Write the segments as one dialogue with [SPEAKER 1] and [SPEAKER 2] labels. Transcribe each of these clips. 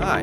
[SPEAKER 1] Hi,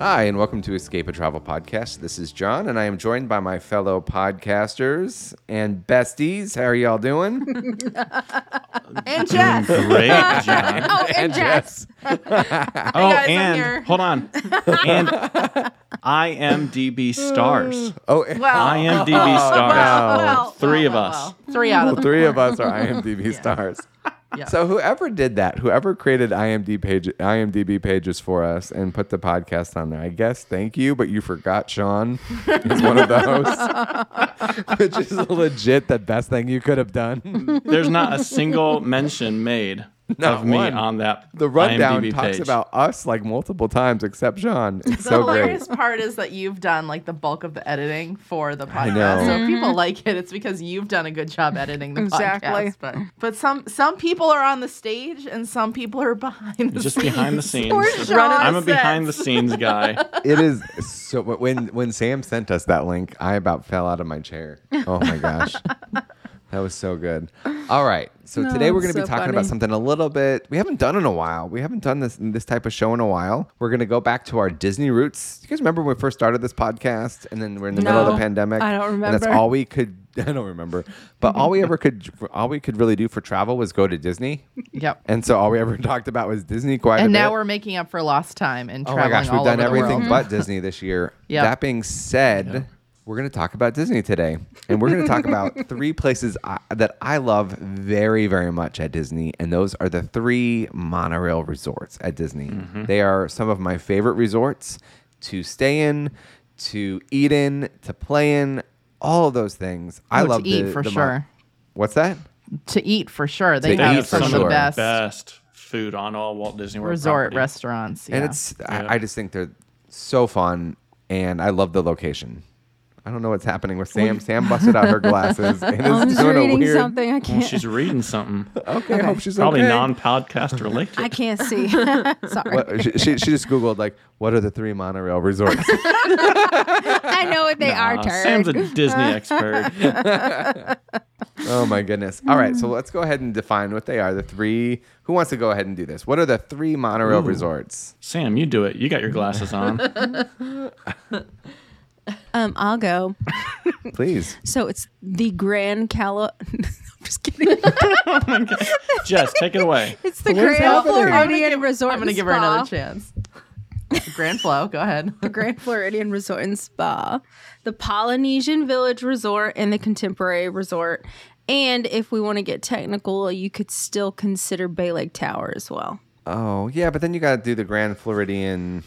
[SPEAKER 1] Hi, and welcome to Escape a Travel Podcast. This is John, and I am joined by my fellow podcasters and besties. How are y'all doing?
[SPEAKER 2] And Jess.
[SPEAKER 3] Great John.
[SPEAKER 2] Oh, and Jess.
[SPEAKER 3] Oh,
[SPEAKER 2] guys, I'm here.
[SPEAKER 3] and hold on. And IMDb stars.
[SPEAKER 1] Oh,
[SPEAKER 2] Well,
[SPEAKER 3] IMDb
[SPEAKER 2] well,
[SPEAKER 1] uh,
[SPEAKER 3] stars.
[SPEAKER 2] well, well,
[SPEAKER 3] Three of
[SPEAKER 2] well,
[SPEAKER 3] us.
[SPEAKER 2] well. Three out of
[SPEAKER 1] Well,
[SPEAKER 2] them.
[SPEAKER 1] three of us are IMDb stars.
[SPEAKER 2] Yeah.
[SPEAKER 1] So whoever did that, whoever created IMDb page, IMDb pages for us and put the podcast on there, I guess thank you, but you forgot Sean is one of the hosts, which is legit the best thing you could have done.
[SPEAKER 3] There's not a single mention made
[SPEAKER 1] Not
[SPEAKER 3] of me
[SPEAKER 1] one.
[SPEAKER 3] on that.
[SPEAKER 1] The rundown
[SPEAKER 3] IMDb
[SPEAKER 1] talks
[SPEAKER 3] page.
[SPEAKER 1] about us like multiple times, except Sean. It's
[SPEAKER 2] The
[SPEAKER 1] so great.
[SPEAKER 2] hilarious part is that you've done like the bulk of the editing for the
[SPEAKER 1] know.
[SPEAKER 2] podcast. So if people like it. It's because you've done a good job editing the
[SPEAKER 4] Exactly.
[SPEAKER 2] podcast. But, but some some people are on the stage and some people are behind the
[SPEAKER 3] just
[SPEAKER 2] scenes.
[SPEAKER 3] behind the scenes.
[SPEAKER 2] Running
[SPEAKER 3] I'm a
[SPEAKER 2] sets.
[SPEAKER 3] behind the scenes guy.
[SPEAKER 1] It is so. When when Sam sent us that link, I about fell out of my chair. Oh my gosh, that was so good. All right, so today we're going to be
[SPEAKER 4] so
[SPEAKER 1] talking about
[SPEAKER 4] funny.
[SPEAKER 1] something a little bit we haven't done in a while. We haven't done this this type of show in a while. We're going to go back to our Disney roots. You guys remember when we first started this podcast, and then we're in the middle of the
[SPEAKER 4] No,
[SPEAKER 1] pandemic.
[SPEAKER 4] I don't
[SPEAKER 1] And that's
[SPEAKER 4] remember.
[SPEAKER 1] all we could. I don't remember, but all we ever could, all we could really do for travel was go to Disney,
[SPEAKER 2] Yep.
[SPEAKER 1] and so all we ever talked about was Disney quite a
[SPEAKER 2] And
[SPEAKER 1] bit.
[SPEAKER 2] now we're making up for lost time and
[SPEAKER 1] Oh
[SPEAKER 2] traveling
[SPEAKER 1] my gosh, we've
[SPEAKER 2] all
[SPEAKER 1] done
[SPEAKER 2] over the
[SPEAKER 1] everything
[SPEAKER 2] world.
[SPEAKER 1] but Disney this year.
[SPEAKER 2] Yep.
[SPEAKER 1] That being said, we're going to talk about Disney today. And we're going to talk about three places I, that I love very, very much at Disney. And those are the three monorail resorts at Disney.
[SPEAKER 2] Mm-hmm.
[SPEAKER 1] They are some of my favorite resorts to stay in, to eat in, to play in, all of those things. I
[SPEAKER 2] Oh, to
[SPEAKER 1] love
[SPEAKER 2] eat
[SPEAKER 1] the-
[SPEAKER 2] for
[SPEAKER 1] the mon-
[SPEAKER 2] sure.
[SPEAKER 1] What's that?
[SPEAKER 2] to eat for sure. They
[SPEAKER 1] To
[SPEAKER 2] have
[SPEAKER 1] eat for
[SPEAKER 2] some of
[SPEAKER 1] sure.
[SPEAKER 2] the best,
[SPEAKER 3] food on all Walt Disney World
[SPEAKER 2] resort
[SPEAKER 3] property.
[SPEAKER 2] restaurants.
[SPEAKER 1] And
[SPEAKER 2] yeah.
[SPEAKER 1] it's I, I just think they're so fun, and I love the location. I don't know what's happening with Sam. Sam busted out her glasses and
[SPEAKER 4] I'm
[SPEAKER 1] is
[SPEAKER 4] just
[SPEAKER 1] doing a
[SPEAKER 4] reading
[SPEAKER 1] weird.
[SPEAKER 4] something. I
[SPEAKER 3] Well,
[SPEAKER 4] can't.
[SPEAKER 3] She's reading something.
[SPEAKER 1] Okay, I hope she's
[SPEAKER 3] Probably
[SPEAKER 1] okay.
[SPEAKER 3] non-podcast related.
[SPEAKER 4] I can't see. Sorry.
[SPEAKER 1] What- she, she, she just googled like, what are the three monorail resorts?
[SPEAKER 4] I know what they are.
[SPEAKER 3] Uh,
[SPEAKER 4] Turd.
[SPEAKER 3] Sam's a Disney expert.
[SPEAKER 1] oh my goodness! All right, so
[SPEAKER 4] Mm.
[SPEAKER 1] let's go ahead and define what they are. The three. Who wants to go ahead and do this? What are the three monorail resorts?
[SPEAKER 3] Sam, you do it. You got your glasses on.
[SPEAKER 4] um, I'll go.
[SPEAKER 1] Please.
[SPEAKER 4] So it's the Grand Cali. I'm just kidding.
[SPEAKER 3] Jess, take it away.
[SPEAKER 4] It's the
[SPEAKER 1] What is
[SPEAKER 4] Grand
[SPEAKER 1] happening? I'm gonna
[SPEAKER 4] Floridian Resort.
[SPEAKER 2] I'm gonna
[SPEAKER 4] and
[SPEAKER 2] give her
[SPEAKER 4] Spa.
[SPEAKER 2] another chance. Grand Flow, go ahead.
[SPEAKER 4] The Grand Floridian Resort and Spa, the Polynesian Village Resort, and the Contemporary Resort. And if we want to get technical, you could still consider Bay Lake Tower as well.
[SPEAKER 1] Oh yeah, but then you got to do the Grand Floridian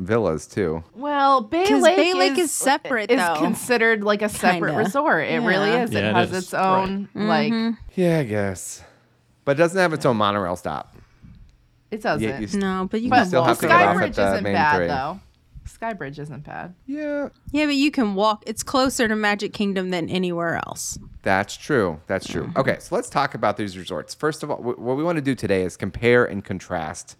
[SPEAKER 1] villas too.
[SPEAKER 2] Well, Bay
[SPEAKER 4] 'Cause
[SPEAKER 2] Lake,
[SPEAKER 4] Bay Lake is separate,
[SPEAKER 2] Is
[SPEAKER 4] though.
[SPEAKER 2] considered like a separate
[SPEAKER 4] Kinda.
[SPEAKER 2] resort. It really
[SPEAKER 4] Yeah.
[SPEAKER 2] is.
[SPEAKER 3] Yeah,
[SPEAKER 2] it
[SPEAKER 3] it
[SPEAKER 2] has
[SPEAKER 3] is.
[SPEAKER 2] its own like.
[SPEAKER 1] Yeah, I guess. But it doesn't have its own monorail stop.
[SPEAKER 2] It doesn't.
[SPEAKER 1] Yet you
[SPEAKER 4] No, but you
[SPEAKER 2] but
[SPEAKER 4] can
[SPEAKER 1] still
[SPEAKER 2] still
[SPEAKER 1] have
[SPEAKER 4] walk.
[SPEAKER 1] to go off
[SPEAKER 2] Skybridge
[SPEAKER 1] at the
[SPEAKER 2] isn't
[SPEAKER 1] main
[SPEAKER 2] bad
[SPEAKER 1] three.
[SPEAKER 2] though. Skybridge isn't bad.
[SPEAKER 1] Yeah,
[SPEAKER 4] Yeah, but you can walk. It's closer to Magic Kingdom than anywhere else.
[SPEAKER 1] That's true. That's true. Okay, so let's talk about these resorts. First of all, wh- what we want to do today is compare and contrast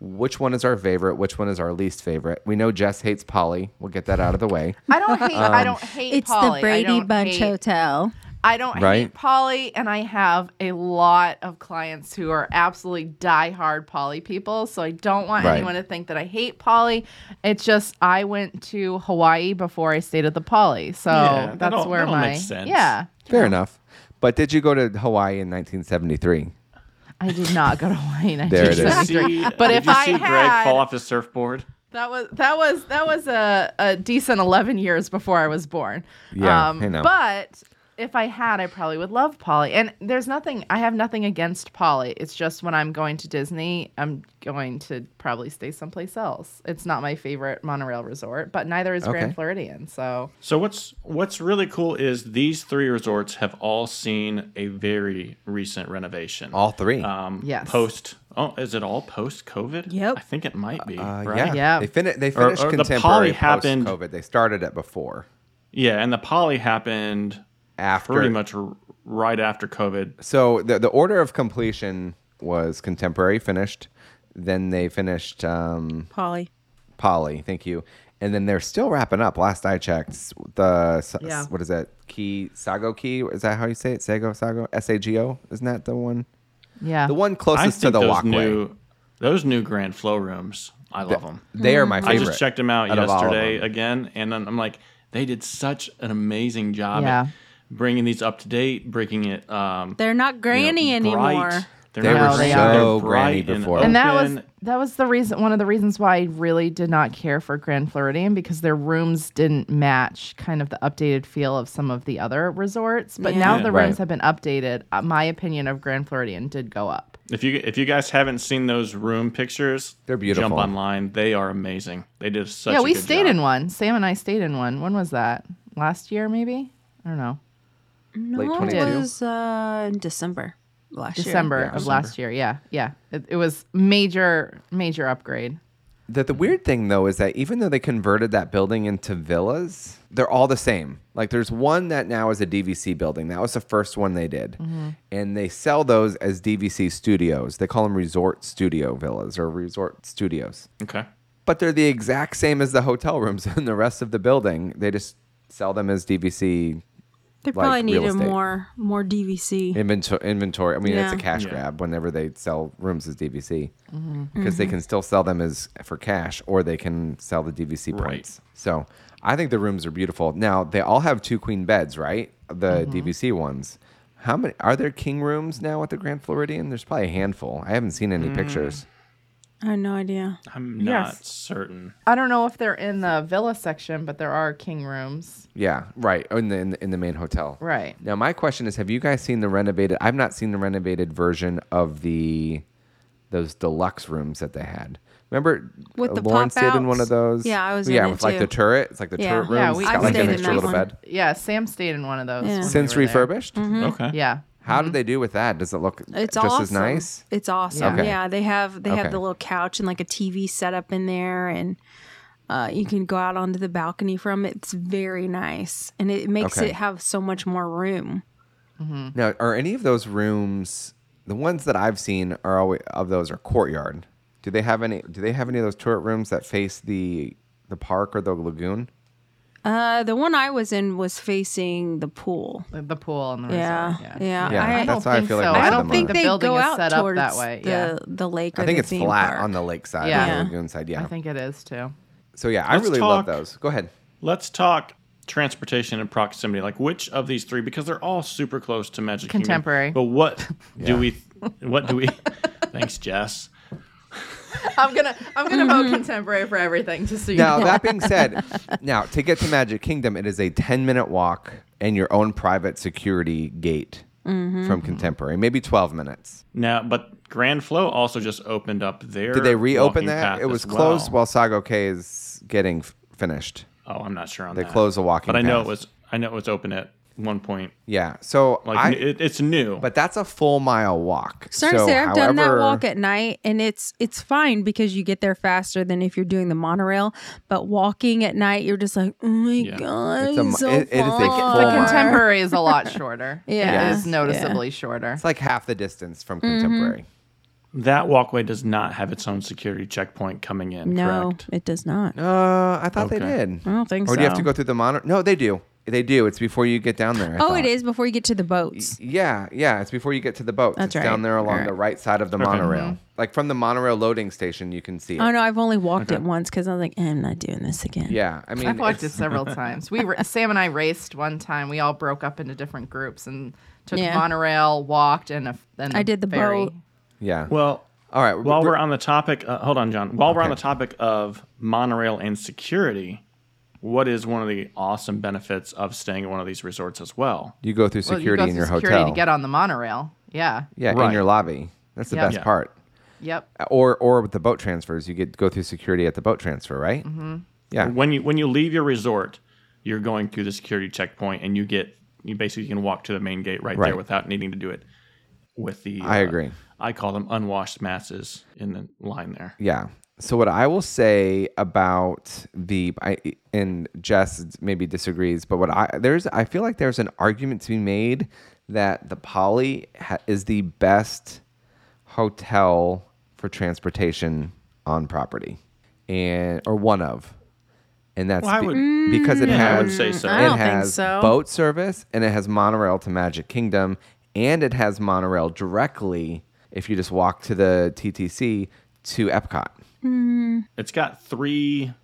[SPEAKER 1] which one is our favorite, which one is our least favorite. We know Jess hates Polly. We'll get that out of the way.
[SPEAKER 2] I don't hate.
[SPEAKER 1] Um,
[SPEAKER 2] I don't hate.
[SPEAKER 4] It's
[SPEAKER 2] Polly.
[SPEAKER 4] the
[SPEAKER 2] I
[SPEAKER 4] Brady
[SPEAKER 2] don't
[SPEAKER 4] Bunch
[SPEAKER 2] hate-
[SPEAKER 4] Hotel.
[SPEAKER 2] I don't
[SPEAKER 1] Right?
[SPEAKER 2] hate Polly, and I have a lot of clients who are absolutely diehard Polly people. So I don't want
[SPEAKER 1] Right.
[SPEAKER 2] anyone to think that I hate Polly. It's just I went to Hawaii before I stayed at the Polly, so
[SPEAKER 3] Yeah,
[SPEAKER 2] that's
[SPEAKER 3] that'll-
[SPEAKER 2] where
[SPEAKER 3] that'll
[SPEAKER 2] my
[SPEAKER 3] make sense.
[SPEAKER 2] yeah.
[SPEAKER 1] Fair enough. But did you go to Hawaii in 1973?
[SPEAKER 2] I did not go to Hawaii. in
[SPEAKER 1] There it is.
[SPEAKER 2] 1973. But
[SPEAKER 3] did
[SPEAKER 2] if
[SPEAKER 3] you
[SPEAKER 2] I
[SPEAKER 3] see
[SPEAKER 2] had-
[SPEAKER 3] Greg fall off his surfboard?
[SPEAKER 2] That was that was that was a, a decent eleven years before I was born. Um,
[SPEAKER 1] Yeah, I know.
[SPEAKER 2] But if I had, I probably would love Polly. And there's nothing I have nothing against Polly. It's just when I'm going to Disney, I'm going to probably stay someplace else. It's not my favorite monorail resort, but neither is
[SPEAKER 1] Okay.
[SPEAKER 2] Grand Floridian. So
[SPEAKER 3] So what's what's really cool is these three resorts have all seen a very recent renovation.
[SPEAKER 1] All three.
[SPEAKER 3] um,
[SPEAKER 2] Yes.
[SPEAKER 3] Post. Oh, is it all post COVID?
[SPEAKER 4] Yep.
[SPEAKER 3] I think it might be.
[SPEAKER 1] Uh,
[SPEAKER 3] right?
[SPEAKER 1] Yeah.
[SPEAKER 2] Yeah.
[SPEAKER 1] They, fin- they
[SPEAKER 3] Or-
[SPEAKER 1] finished
[SPEAKER 3] or the Polly
[SPEAKER 1] contemporary
[SPEAKER 3] happened-
[SPEAKER 1] post-COVID. They started it before.
[SPEAKER 3] Yeah, and the poly happened
[SPEAKER 1] after
[SPEAKER 3] pretty much r- right after COVID.
[SPEAKER 1] So the the order of completion was contemporary finished, then they finished um,
[SPEAKER 4] Polly.
[SPEAKER 1] Polly. Thank you. And then they're still wrapping up. Last I checked, the s-
[SPEAKER 2] Yeah.
[SPEAKER 1] what is that? Key Sago Key is that how you say it? Sago Sago S A G O. Isn't that the one?
[SPEAKER 2] Yeah.
[SPEAKER 1] The one
[SPEAKER 3] I
[SPEAKER 1] closest
[SPEAKER 3] think
[SPEAKER 1] to the
[SPEAKER 3] those
[SPEAKER 1] walkway.
[SPEAKER 3] new those new grand flow rooms. I love them.
[SPEAKER 1] they are my
[SPEAKER 3] Mm-hmm. I
[SPEAKER 1] favorite.
[SPEAKER 3] just checked them out
[SPEAKER 1] out of all of
[SPEAKER 3] yesterday
[SPEAKER 1] them.
[SPEAKER 3] again, and then I'm like, they did such an amazing job
[SPEAKER 2] Yeah.
[SPEAKER 3] at bringing these up to date, breaking it. Um,
[SPEAKER 4] They're not
[SPEAKER 3] you know,
[SPEAKER 4] granny
[SPEAKER 3] bright.
[SPEAKER 4] anymore.
[SPEAKER 3] They're
[SPEAKER 1] They
[SPEAKER 3] not
[SPEAKER 2] were
[SPEAKER 3] granny.
[SPEAKER 2] so
[SPEAKER 3] They're
[SPEAKER 1] granny
[SPEAKER 3] bright
[SPEAKER 1] before.
[SPEAKER 2] and that was
[SPEAKER 3] open.
[SPEAKER 2] that was the reason one of the reasons why I really did not care for Grand Floridian because their rooms didn't match kind of the updated feel of some of the other resorts. But
[SPEAKER 4] Yeah.
[SPEAKER 2] now
[SPEAKER 3] Yeah.
[SPEAKER 2] the
[SPEAKER 1] Right.
[SPEAKER 2] rooms have been updated. Uh, my opinion of Grand Floridian did go up.
[SPEAKER 3] If you if you guys haven't seen those room pictures,
[SPEAKER 1] They're beautiful.
[SPEAKER 3] Jump online; they are amazing. They did such.
[SPEAKER 2] yeah,
[SPEAKER 3] a
[SPEAKER 2] we
[SPEAKER 3] good
[SPEAKER 2] stayed
[SPEAKER 3] job.
[SPEAKER 2] in one. Sam and I stayed in one. When was that? Last year, maybe. I don't know.
[SPEAKER 4] No,
[SPEAKER 1] Late
[SPEAKER 4] it
[SPEAKER 1] 22?
[SPEAKER 4] was uh, in December last year.
[SPEAKER 2] December of last year. Yeah, yeah. It, it was major, major upgrade.
[SPEAKER 1] The, the weird thing though is that even though they converted that building into villas, they're all the same. Like there's one that now is a DVC building. That was the first one they did, and they sell those as DVC studios. They call them resort studio villas or resort studios,
[SPEAKER 3] Okay.
[SPEAKER 1] but they're the exact same as the hotel rooms in the rest of the building. They just sell them as DVC
[SPEAKER 4] They
[SPEAKER 1] like
[SPEAKER 4] probably
[SPEAKER 1] real
[SPEAKER 4] needed
[SPEAKER 1] estate.
[SPEAKER 4] more more DVC.
[SPEAKER 1] inventory. Inventory. I mean, it's a
[SPEAKER 4] Yeah.
[SPEAKER 1] cash
[SPEAKER 3] Yeah.
[SPEAKER 1] grab whenever they sell rooms as DVC because they can still sell them as for cash, or they can sell the DVC
[SPEAKER 3] Right.
[SPEAKER 1] points. So I think the rooms are beautiful. Now they all have two queen beds, right? The DVC ones. How many are there king rooms now at the Grand Floridian? There's probably a handful. I haven't seen any pictures.
[SPEAKER 4] I have no idea.
[SPEAKER 3] I'm not
[SPEAKER 2] Yes.
[SPEAKER 3] certain.
[SPEAKER 2] I don't know if they're in the villa section, but there are king rooms.
[SPEAKER 1] Yeah, right. In the, in the in the main hotel.
[SPEAKER 2] Right.
[SPEAKER 1] Now my question is: Have you guys seen the renovated? I've not seen the renovated version of the those deluxe rooms that they had. Remember,
[SPEAKER 4] With
[SPEAKER 1] uh,
[SPEAKER 4] the
[SPEAKER 1] Lauren stayed in one of
[SPEAKER 4] pop-outs?
[SPEAKER 1] those.
[SPEAKER 4] Yeah, I was
[SPEAKER 1] Yeah,
[SPEAKER 4] in it
[SPEAKER 1] with like the
[SPEAKER 4] too.
[SPEAKER 1] turret. It's like the
[SPEAKER 4] Yeah.
[SPEAKER 1] turret room.
[SPEAKER 2] Yeah, we-
[SPEAKER 1] it's got
[SPEAKER 2] I
[SPEAKER 1] like
[SPEAKER 2] stayed
[SPEAKER 1] an
[SPEAKER 2] in
[SPEAKER 1] extra
[SPEAKER 4] that
[SPEAKER 1] little
[SPEAKER 4] one. Mm-hmm.
[SPEAKER 1] bed.
[SPEAKER 2] Yeah, Sam stayed in one of those.
[SPEAKER 4] Yeah.
[SPEAKER 2] when we
[SPEAKER 1] Since
[SPEAKER 2] were there.
[SPEAKER 1] refurbished,
[SPEAKER 3] Okay.
[SPEAKER 2] Hmm. Yeah.
[SPEAKER 1] how did they do with that? Does it look
[SPEAKER 4] Mm-hmm. It's
[SPEAKER 1] just
[SPEAKER 4] awesome.
[SPEAKER 1] as nice?
[SPEAKER 4] It's awesome.
[SPEAKER 1] Okay.
[SPEAKER 4] Yeah, they have they
[SPEAKER 1] Okay.
[SPEAKER 4] have the little couch and like a TV set up in there, and uh, you can go out onto the balcony from it. It's very nice, and it makes
[SPEAKER 1] Okay.
[SPEAKER 4] it have so much more room.
[SPEAKER 1] Now, are any of those rooms the ones that I've seen are always of those are courtyard? Do they have any? Do they have any of those turret rooms that face the the park or the lagoon?
[SPEAKER 4] Uh, the one I was in was facing the pool.
[SPEAKER 2] The- The pool and the resort.
[SPEAKER 4] Yeah,
[SPEAKER 2] Yeah.
[SPEAKER 4] yeah.
[SPEAKER 1] Yeah,
[SPEAKER 4] I,
[SPEAKER 2] I don't
[SPEAKER 1] That's how I
[SPEAKER 2] think
[SPEAKER 1] feel like
[SPEAKER 2] so.
[SPEAKER 1] most
[SPEAKER 2] I
[SPEAKER 1] of
[SPEAKER 2] don't
[SPEAKER 1] them
[SPEAKER 2] think
[SPEAKER 1] are.
[SPEAKER 2] the
[SPEAKER 4] they
[SPEAKER 2] building
[SPEAKER 4] go
[SPEAKER 2] is
[SPEAKER 4] out
[SPEAKER 2] set up
[SPEAKER 4] towards
[SPEAKER 2] that way.
[SPEAKER 4] The,
[SPEAKER 2] yeah.
[SPEAKER 4] the lake. Or
[SPEAKER 1] I think
[SPEAKER 4] the
[SPEAKER 1] it's
[SPEAKER 4] theme
[SPEAKER 1] flat
[SPEAKER 4] park.
[SPEAKER 1] on the lakeside,
[SPEAKER 2] Yeah.
[SPEAKER 1] on the lagoon side. Yeah.
[SPEAKER 2] I think it is too.
[SPEAKER 1] so yeah, I
[SPEAKER 3] Let's
[SPEAKER 1] really love
[SPEAKER 3] talk-
[SPEAKER 1] those. Go ahead.
[SPEAKER 3] Let's talk transportation and proximity. Like which of these three? Because they're all super close to Magic Kingdom.
[SPEAKER 2] Contemporary.
[SPEAKER 3] But what
[SPEAKER 1] Yeah.
[SPEAKER 3] do we? What do we? thanks, Jess.
[SPEAKER 2] I'm gonna I'm gonna vote
[SPEAKER 4] Mm-hmm.
[SPEAKER 2] contemporary for everything just so you
[SPEAKER 1] Now
[SPEAKER 2] know.
[SPEAKER 1] that being said, now to get to Magic Kingdom, it is a ten-minute walk and your own private security gate
[SPEAKER 4] Mm-hmm.
[SPEAKER 1] from Contemporary, maybe twelve minutes.
[SPEAKER 3] Now, but Grand Flow also just opened up their.
[SPEAKER 1] Did they reopen
[SPEAKER 3] walking
[SPEAKER 1] that?
[SPEAKER 3] path
[SPEAKER 1] It was
[SPEAKER 3] as
[SPEAKER 1] closed
[SPEAKER 3] well.
[SPEAKER 1] while Sago K is getting f- finished.
[SPEAKER 3] Oh, I'm not sure on
[SPEAKER 1] They
[SPEAKER 3] that.
[SPEAKER 1] closed the walking
[SPEAKER 3] But I know
[SPEAKER 1] path.
[SPEAKER 3] it was. I know it was open at one point.
[SPEAKER 1] Yeah, so
[SPEAKER 3] Like
[SPEAKER 1] I,
[SPEAKER 3] it, it's new.
[SPEAKER 1] but that's a full mile walk.
[SPEAKER 4] Sorry
[SPEAKER 1] so
[SPEAKER 4] to say, I've done that
[SPEAKER 1] however-
[SPEAKER 4] walk at night, and it's it's fine because you get there faster than if you're doing the monorail. But walking at night, you're just like, oh my god,
[SPEAKER 1] It's a
[SPEAKER 4] I'm
[SPEAKER 1] mo-
[SPEAKER 4] so
[SPEAKER 1] it- it is a
[SPEAKER 4] far.
[SPEAKER 1] full mile.
[SPEAKER 2] contemporary is a lot shorter.
[SPEAKER 4] Yeah.
[SPEAKER 2] It is
[SPEAKER 4] Yeah.
[SPEAKER 2] noticeably shorter.
[SPEAKER 1] It's like half the distance from
[SPEAKER 4] Mm-hmm.
[SPEAKER 1] Contemporary.
[SPEAKER 3] that walkway does not have its own security checkpoint coming in.
[SPEAKER 4] No,
[SPEAKER 3] Correct?
[SPEAKER 4] it does not.
[SPEAKER 1] Uh, I thought they
[SPEAKER 3] Okay.
[SPEAKER 1] did.
[SPEAKER 4] I don't think
[SPEAKER 1] Or do you have to
[SPEAKER 4] so.
[SPEAKER 1] go through the monitor? No, they do. They do. It's before you get down there. I
[SPEAKER 4] oh, it
[SPEAKER 1] thought.
[SPEAKER 4] is before you get to the boats.
[SPEAKER 1] Yeah, yeah. It's before you get to the boats.
[SPEAKER 4] That's
[SPEAKER 1] it's down
[SPEAKER 4] right.
[SPEAKER 1] there along
[SPEAKER 4] Alright.
[SPEAKER 1] the right side of the monorail. Like from the monorail loading station, you can see it.
[SPEAKER 4] Oh no, I've only walked it once because I was like, eh, I'm not doing this again.
[SPEAKER 1] Yeah, I mean,
[SPEAKER 2] I've walked it
[SPEAKER 1] it's-
[SPEAKER 2] several times. We ra- Sam and I raced one time. We all broke up into different groups and took
[SPEAKER 4] Yeah.
[SPEAKER 2] monorail, walked, and a, and
[SPEAKER 4] I did the
[SPEAKER 2] ferry.
[SPEAKER 4] boat.
[SPEAKER 1] yeah.
[SPEAKER 3] Well,
[SPEAKER 1] all right.
[SPEAKER 3] while
[SPEAKER 1] we're-
[SPEAKER 3] we're on the topic, uh, hold on, John. While we're on
[SPEAKER 1] Okay.
[SPEAKER 3] the topic of monorail and security, what is one of the awesome benefits of staying at one of these resorts as well?
[SPEAKER 1] you go through
[SPEAKER 2] Well,
[SPEAKER 1] security
[SPEAKER 2] you go
[SPEAKER 1] in
[SPEAKER 2] through
[SPEAKER 1] your
[SPEAKER 2] security
[SPEAKER 1] hotel.
[SPEAKER 2] to get on the monorail. Yeah.
[SPEAKER 1] yeah, in
[SPEAKER 3] Right.
[SPEAKER 1] your lobby. That's the
[SPEAKER 2] Yeah.
[SPEAKER 1] best
[SPEAKER 3] Yeah.
[SPEAKER 1] part. Uh,
[SPEAKER 2] Yep.
[SPEAKER 1] Or or with the boat transfers, you get go through security at the boat transfer, right? Mm-hmm. Yeah.
[SPEAKER 3] When you when you leave your resort, you're going through the security checkpoint, and you get you basically can walk to the main gate right,
[SPEAKER 1] Right.
[SPEAKER 3] there without needing to do it with the. uh,
[SPEAKER 1] I agree.
[SPEAKER 3] I call them unwashed masses in the line there.
[SPEAKER 1] Yeah. So what I will say about the I and Jess maybe disagrees, but what I there's I feel like there's an argument to be made that the Poly ha, is the best hotel for transportation on property, and or one of, and that's
[SPEAKER 3] Well, I
[SPEAKER 1] be-
[SPEAKER 3] would-
[SPEAKER 1] because it
[SPEAKER 3] Yeah,
[SPEAKER 1] has
[SPEAKER 3] I would say so.
[SPEAKER 4] Mm, I don't
[SPEAKER 1] it
[SPEAKER 4] think
[SPEAKER 1] has
[SPEAKER 4] so.
[SPEAKER 1] boat service and it has monorail to Magic Kingdom and it has monorail directly if you just walk to the TTC to Epcot.
[SPEAKER 3] It's got three,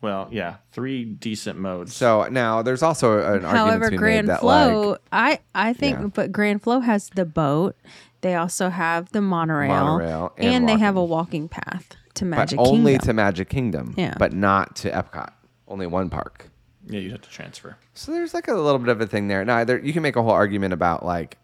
[SPEAKER 3] well, yeah, three decent modes.
[SPEAKER 1] So now there's also an argument
[SPEAKER 4] However,
[SPEAKER 1] to be
[SPEAKER 4] Grand
[SPEAKER 1] made that
[SPEAKER 4] Flow,
[SPEAKER 1] like
[SPEAKER 4] I I think,
[SPEAKER 1] Yeah.
[SPEAKER 4] but Grand Flow has the boat. They also have the monorail,
[SPEAKER 1] Monorail and
[SPEAKER 4] they have a walking path to
[SPEAKER 1] but
[SPEAKER 4] Magic
[SPEAKER 1] only
[SPEAKER 4] Kingdom.
[SPEAKER 1] to Magic Kingdom,
[SPEAKER 4] Yeah.
[SPEAKER 1] but not to Epcot. Only one park.
[SPEAKER 3] yeah, you'd have to transfer.
[SPEAKER 1] So there's like a little bit of a thing there. Now there, you can make a whole argument about like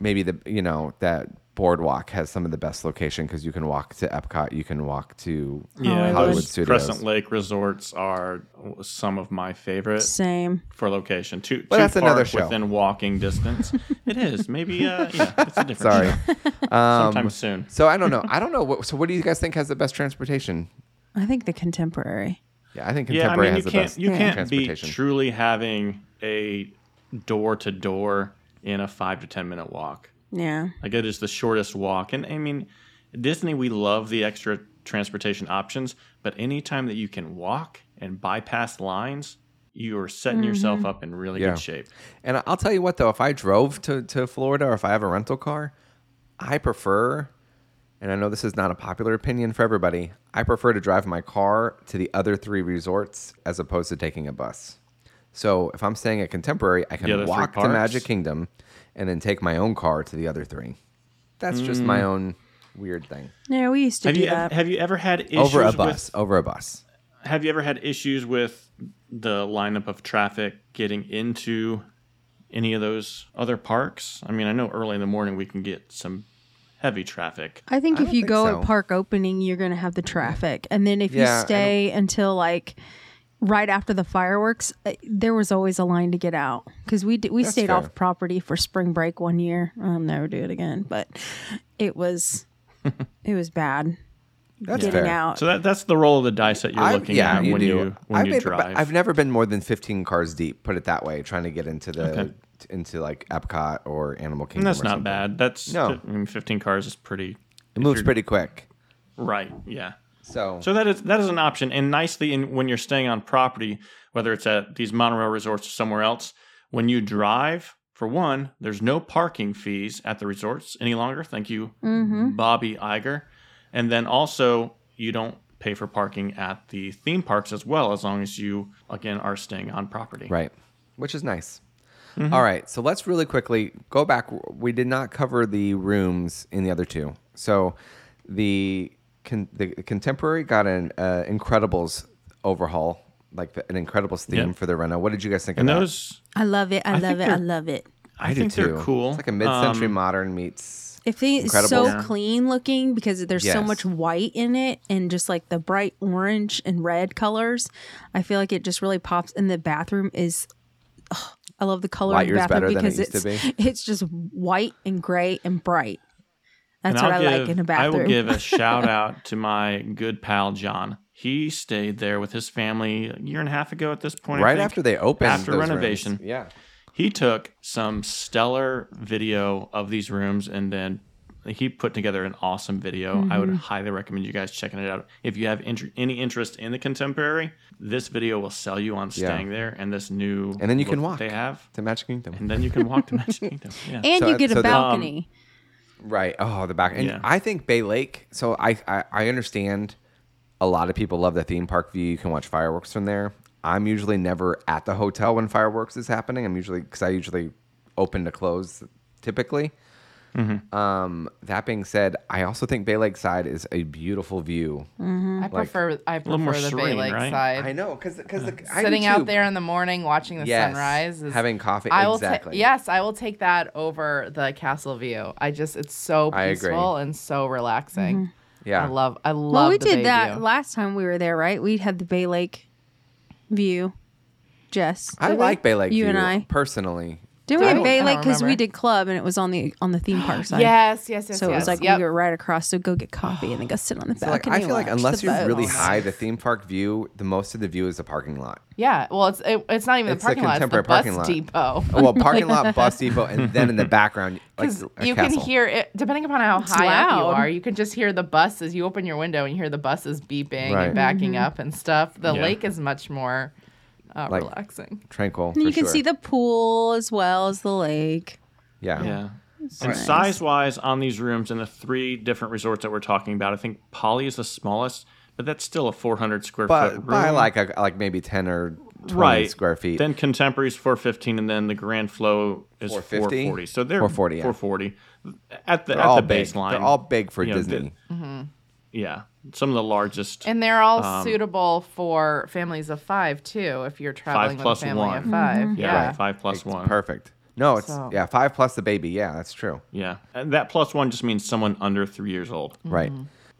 [SPEAKER 1] maybe the you know that boardwalk has some of the best location because you can walk to Epcot, you can walk to
[SPEAKER 4] Hollywood
[SPEAKER 1] Hollywood
[SPEAKER 3] those
[SPEAKER 1] Studios.
[SPEAKER 3] Crescent Lake resorts are some of my favorite
[SPEAKER 4] Same.
[SPEAKER 3] for location. Too,
[SPEAKER 1] Well,
[SPEAKER 3] too
[SPEAKER 1] that's another
[SPEAKER 3] far
[SPEAKER 1] show.
[SPEAKER 3] within walking distance. it is maybe. Uh, yeah, it's a different.
[SPEAKER 1] Sorry. um,
[SPEAKER 3] show. sometime soon.
[SPEAKER 1] So I don't know. I don't know. What, so what do you guys think has the best transportation?
[SPEAKER 4] I think the contemporary.
[SPEAKER 1] Yeah, I think
[SPEAKER 3] Yeah, I
[SPEAKER 1] contemporary
[SPEAKER 3] mean you
[SPEAKER 1] has the
[SPEAKER 3] can't
[SPEAKER 1] best
[SPEAKER 3] you can't be
[SPEAKER 1] transportation.
[SPEAKER 3] truly having a door to door in a five to ten minute walk.
[SPEAKER 4] Yeah.
[SPEAKER 3] Like it is the shortest walk. And I mean, Disney, we love the extra transportation options, but anytime that you can walk and bypass lines, you are setting
[SPEAKER 1] Mm-hmm.
[SPEAKER 3] yourself up in really
[SPEAKER 1] Yeah.
[SPEAKER 3] good shape.
[SPEAKER 1] And I'll tell you what, though, if I drove to, to Florida or if I have a rental car, I prefer, and I know this is not a popular opinion for everybody, I prefer to drive my car to the other three resorts as opposed to taking a bus. So if I'm staying at Contemporary, I
[SPEAKER 3] The other
[SPEAKER 1] can
[SPEAKER 3] three
[SPEAKER 1] walk to
[SPEAKER 3] parks?
[SPEAKER 1] Magic Kingdom and then take my own car to the other three. That's just
[SPEAKER 3] Hmm.
[SPEAKER 1] my own weird thing.
[SPEAKER 4] Yeah, we used to
[SPEAKER 3] Have
[SPEAKER 4] do
[SPEAKER 3] you
[SPEAKER 4] that.
[SPEAKER 3] have you ever had issues
[SPEAKER 1] Over a
[SPEAKER 3] with-
[SPEAKER 1] bus. Over a bus.
[SPEAKER 3] have you ever had issues with the lineup of traffic getting into any of those other parks? I mean, I know early in the morning we can get some heavy traffic.
[SPEAKER 4] I think
[SPEAKER 1] I
[SPEAKER 4] if
[SPEAKER 1] don't
[SPEAKER 4] you
[SPEAKER 1] think
[SPEAKER 4] go
[SPEAKER 1] so.
[SPEAKER 4] at park opening, you're going to have the traffic. And then if
[SPEAKER 1] Yeah, I
[SPEAKER 4] you stay until like right after the fireworks, uh, there was always a line to get out because we did, we stayed
[SPEAKER 1] fair.
[SPEAKER 4] off property for spring break one year. I'll never do it again, but it was it was bad
[SPEAKER 1] That's
[SPEAKER 4] getting
[SPEAKER 1] fair.
[SPEAKER 4] out.
[SPEAKER 3] So that that's the roll of the dice that you're
[SPEAKER 1] I-
[SPEAKER 3] looking at when
[SPEAKER 1] do.
[SPEAKER 3] you when
[SPEAKER 1] I've
[SPEAKER 3] you
[SPEAKER 1] been- but
[SPEAKER 3] drive.
[SPEAKER 1] I've never been more than 15 cars deep, put it that way, trying to get into the t- into like Epcot or Animal Kingdom.
[SPEAKER 3] And that's
[SPEAKER 1] or
[SPEAKER 3] not
[SPEAKER 1] something.
[SPEAKER 3] bad. That's
[SPEAKER 1] No.
[SPEAKER 3] I mean, 15 cars is pretty
[SPEAKER 1] It moves pretty quick.
[SPEAKER 3] right. Yeah.
[SPEAKER 1] So,
[SPEAKER 3] So that is that is an option, and nicely in when you're staying on property, whether it's at these monorail resorts or somewhere else. When you drive, for one, there's no parking fees at the resorts any longer. Thank you, Bobby Iger. And then also, you don't pay for parking at the theme parks as well, as long as you again are staying on property.
[SPEAKER 1] right, which is nice.
[SPEAKER 3] Mm-hmm.
[SPEAKER 1] All right, so let's really quickly go back. We did not cover the rooms in the other two. So, the con- the contemporary got an uh, Incredibles overhaul, like the, an Incredibles theme
[SPEAKER 3] Yeah.
[SPEAKER 1] for the reno. What did you guys think
[SPEAKER 3] And
[SPEAKER 1] of that?
[SPEAKER 3] those,
[SPEAKER 4] I love it. I,
[SPEAKER 3] think
[SPEAKER 4] love it. I
[SPEAKER 3] they're-
[SPEAKER 4] love it.
[SPEAKER 3] I, think they're cool.
[SPEAKER 1] It's like a mid-century
[SPEAKER 3] Um,
[SPEAKER 1] modern meets.
[SPEAKER 4] If they it's
[SPEAKER 1] Incredible.
[SPEAKER 4] so
[SPEAKER 1] Yeah.
[SPEAKER 4] clean looking because there's so
[SPEAKER 1] Yes.
[SPEAKER 4] much white in it and just like the bright orange and red colors, I feel like it just really pops. And the bathroom is, ugh, I love the color of the
[SPEAKER 1] Lighter's
[SPEAKER 4] bathroom
[SPEAKER 1] better than it
[SPEAKER 4] because
[SPEAKER 1] used to
[SPEAKER 4] it's it's just white and gray and bright. That's
[SPEAKER 3] And
[SPEAKER 4] what
[SPEAKER 3] I'll
[SPEAKER 4] I
[SPEAKER 3] give-
[SPEAKER 4] like in a bathroom.
[SPEAKER 3] I will give a shout out to my good pal John. He stayed there with his family a year and a half ago at this point. I
[SPEAKER 1] right
[SPEAKER 3] think.
[SPEAKER 1] after they opened
[SPEAKER 3] after
[SPEAKER 1] those rooms.
[SPEAKER 3] renovation.
[SPEAKER 1] Yeah,
[SPEAKER 3] he took some stellar video of these rooms and then he put together an awesome video. I
[SPEAKER 4] Mm-hmm.
[SPEAKER 3] would highly recommend you guys checking it out. If you have inter- any interest in the contemporary, this video will sell you on staying there and this new
[SPEAKER 1] and then you
[SPEAKER 3] look
[SPEAKER 1] can
[SPEAKER 3] that
[SPEAKER 1] walk.
[SPEAKER 3] they have.
[SPEAKER 1] to Magic Kingdom.
[SPEAKER 3] And then you can walk to Magic Kingdom. Yeah.
[SPEAKER 4] and
[SPEAKER 1] So
[SPEAKER 4] you
[SPEAKER 1] I-
[SPEAKER 4] get
[SPEAKER 1] so
[SPEAKER 4] a
[SPEAKER 1] the- um,
[SPEAKER 4] balcony.
[SPEAKER 1] right. Oh, the back. And
[SPEAKER 3] Yeah.
[SPEAKER 1] I think Bay Lake. So I, I I understand. A lot of people love the theme park view. You can watch fireworks from there. I'm usually never at the hotel when fireworks is happening. I'm usually because I usually open to close typically.
[SPEAKER 3] Mm-hmm.
[SPEAKER 1] Um, that being said, I also think Bay Lake side is a beautiful view.
[SPEAKER 4] Mm.
[SPEAKER 2] I prefer I prefer
[SPEAKER 3] more
[SPEAKER 2] the Bay
[SPEAKER 3] serene,
[SPEAKER 2] Lake
[SPEAKER 3] right?
[SPEAKER 2] side.
[SPEAKER 1] I know because because
[SPEAKER 2] Sitting out there in the morning watching the
[SPEAKER 1] Yes.
[SPEAKER 2] sunrise is
[SPEAKER 1] Having coffee-
[SPEAKER 2] I will ta-
[SPEAKER 1] exactly.
[SPEAKER 2] yes, I will take that over the castle view. I just it's so
[SPEAKER 1] I agree.
[SPEAKER 2] peaceful and so relaxing.
[SPEAKER 1] Yeah.
[SPEAKER 2] I love I love
[SPEAKER 4] Mm-hmm. Well, we
[SPEAKER 2] the
[SPEAKER 4] did
[SPEAKER 2] Bay
[SPEAKER 4] that
[SPEAKER 2] view.
[SPEAKER 4] last time we were there, right? We had the Bay Lake view. Jess,
[SPEAKER 1] I
[SPEAKER 4] did we?
[SPEAKER 1] like Bay Lake
[SPEAKER 4] You
[SPEAKER 1] view
[SPEAKER 4] and I.
[SPEAKER 1] personally.
[SPEAKER 4] Didn't we
[SPEAKER 2] I
[SPEAKER 4] have
[SPEAKER 2] don't-
[SPEAKER 4] Bay
[SPEAKER 2] I don't
[SPEAKER 4] Lake because we
[SPEAKER 2] remember.
[SPEAKER 4] did club and it was on the on the theme park side.
[SPEAKER 2] Yes, yes, yes.
[SPEAKER 4] So it
[SPEAKER 2] yes.
[SPEAKER 4] was like
[SPEAKER 2] Yep.
[SPEAKER 4] we were right across. So go get coffee and then go sit on the
[SPEAKER 1] So like,
[SPEAKER 4] balcony.
[SPEAKER 1] I feel like
[SPEAKER 4] watch
[SPEAKER 1] unless
[SPEAKER 4] the
[SPEAKER 1] you're really
[SPEAKER 4] boats.
[SPEAKER 1] high, the theme park view, the most of the view is the parking lot.
[SPEAKER 2] yeah. Well, it's it, it's not even
[SPEAKER 1] It's a
[SPEAKER 2] the parking lot. It's the
[SPEAKER 1] contemporary
[SPEAKER 2] bus
[SPEAKER 1] parking lot.
[SPEAKER 2] depot.
[SPEAKER 1] Oh, well, parking lot, bus depot, and then in the background, like
[SPEAKER 2] Because
[SPEAKER 1] a
[SPEAKER 2] you
[SPEAKER 1] castle.
[SPEAKER 2] can hear it depending upon how high up you
[SPEAKER 4] loud.
[SPEAKER 2] are. You can just hear the buses. You open your window and you hear the buses beeping
[SPEAKER 1] Right.
[SPEAKER 2] and backing
[SPEAKER 4] Mm-hmm.
[SPEAKER 2] up and stuff. The
[SPEAKER 3] Yeah.
[SPEAKER 2] lake is much more uh,
[SPEAKER 1] Like-
[SPEAKER 2] relaxing.
[SPEAKER 1] tranquil.
[SPEAKER 4] And
[SPEAKER 1] for
[SPEAKER 4] you can
[SPEAKER 1] sure.
[SPEAKER 4] see the pool as well as the lake.
[SPEAKER 1] yeah.
[SPEAKER 3] Yeah. And
[SPEAKER 4] Right.
[SPEAKER 3] size wise, on these rooms in the three different resorts that we're talking about, I think Polly is the smallest, but that's still a 400 square foot
[SPEAKER 1] but
[SPEAKER 3] room.
[SPEAKER 1] by like a, like maybe ten or twenty
[SPEAKER 3] right.
[SPEAKER 1] square feet.
[SPEAKER 3] Then Contemporary's 415, and then the Grand Flow is
[SPEAKER 1] 450?
[SPEAKER 3] 440. So they're
[SPEAKER 1] 440, yeah.
[SPEAKER 3] 440. At the,
[SPEAKER 1] They're
[SPEAKER 3] at
[SPEAKER 1] all
[SPEAKER 3] the
[SPEAKER 1] big.
[SPEAKER 3] baseline.
[SPEAKER 1] They're all big for
[SPEAKER 3] you know,
[SPEAKER 1] Disney.
[SPEAKER 3] the- yeah. Some of the largest.
[SPEAKER 2] And they're all
[SPEAKER 3] Um,
[SPEAKER 2] suitable for families of five too. If you're traveling
[SPEAKER 3] plus
[SPEAKER 2] with a family
[SPEAKER 3] one.
[SPEAKER 2] of 5
[SPEAKER 1] Mm-hmm.
[SPEAKER 3] yeah,
[SPEAKER 2] yeah.
[SPEAKER 3] right, Five plus
[SPEAKER 1] It's
[SPEAKER 3] one.
[SPEAKER 1] Perfect. No, it's
[SPEAKER 2] So-
[SPEAKER 1] yeah, five plus the baby. Yeah, that's true.
[SPEAKER 3] Yeah. And that plus one just means someone under three years old.
[SPEAKER 1] Right.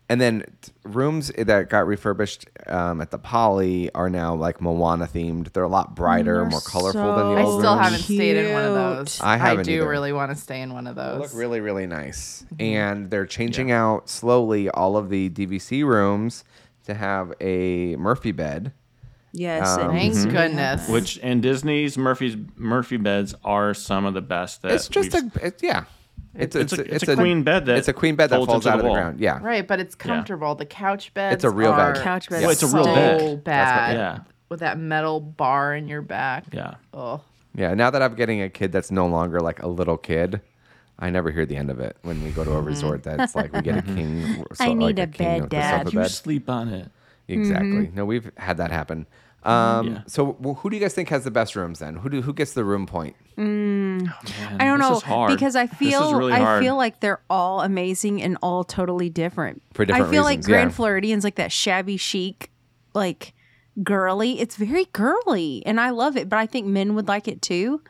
[SPEAKER 1] And then t- rooms that got refurbished um, at the Poly are now like Moana themed. They're a lot brighter, more colorful than the
[SPEAKER 4] so
[SPEAKER 2] I
[SPEAKER 1] old
[SPEAKER 2] still
[SPEAKER 1] rooms.
[SPEAKER 2] haven't stayed in one of those.
[SPEAKER 4] Cute.
[SPEAKER 1] I haven't
[SPEAKER 2] do
[SPEAKER 1] either.
[SPEAKER 2] really want to stay in one of
[SPEAKER 1] They
[SPEAKER 2] those.
[SPEAKER 1] look really really nice
[SPEAKER 4] Mm-hmm.
[SPEAKER 1] and they're changing out slowly all of the dvc rooms to have a murphy bed
[SPEAKER 4] Yes.
[SPEAKER 1] Um,
[SPEAKER 4] and
[SPEAKER 2] Thank goodness.
[SPEAKER 3] Mm-hmm. Which and Disney's Murphy's Murphy beds are some of the best. That
[SPEAKER 1] it's just
[SPEAKER 3] we've-
[SPEAKER 1] a it, yeah it's,
[SPEAKER 3] It's a- it's a queen bed that
[SPEAKER 1] it's a queen bed that
[SPEAKER 3] folds
[SPEAKER 1] falls
[SPEAKER 3] into the
[SPEAKER 1] out of the
[SPEAKER 3] wall.
[SPEAKER 1] ground yeah
[SPEAKER 2] Right, but it's comfortable. The couch beds.
[SPEAKER 1] a real bed.
[SPEAKER 2] are
[SPEAKER 4] Couch beds
[SPEAKER 2] So
[SPEAKER 3] Well, it's a real bed.
[SPEAKER 2] Bad.
[SPEAKER 3] yeah
[SPEAKER 2] With that metal bar in your back.
[SPEAKER 3] yeah.
[SPEAKER 2] Oh.
[SPEAKER 1] yeah now that i'm getting a kid that's no longer like a little kid I never hear the end of it when we go to a resort. That's like we get a king. so-
[SPEAKER 4] Mm-hmm. I
[SPEAKER 1] like
[SPEAKER 4] need a
[SPEAKER 1] king
[SPEAKER 4] bed,
[SPEAKER 1] with the
[SPEAKER 4] Dad. Mm-hmm.
[SPEAKER 1] sofa
[SPEAKER 3] You sleep on it.
[SPEAKER 1] Exactly. No, we've had that happen. Um,
[SPEAKER 3] Yeah.
[SPEAKER 1] So, well, who do you guys think has the best rooms then? Who do who gets the room point?
[SPEAKER 4] I don't
[SPEAKER 3] this
[SPEAKER 4] know
[SPEAKER 3] is hard.
[SPEAKER 4] because I
[SPEAKER 3] This is
[SPEAKER 4] feel
[SPEAKER 3] really
[SPEAKER 4] I
[SPEAKER 3] hard.
[SPEAKER 4] feel like they're all amazing and all totally different.
[SPEAKER 1] For different
[SPEAKER 4] I feel like
[SPEAKER 1] reasons,
[SPEAKER 4] Grand
[SPEAKER 1] yeah.
[SPEAKER 4] Floridian's like that shabby chic, like girly. It's very girly, and I love it. But I think men would like it too.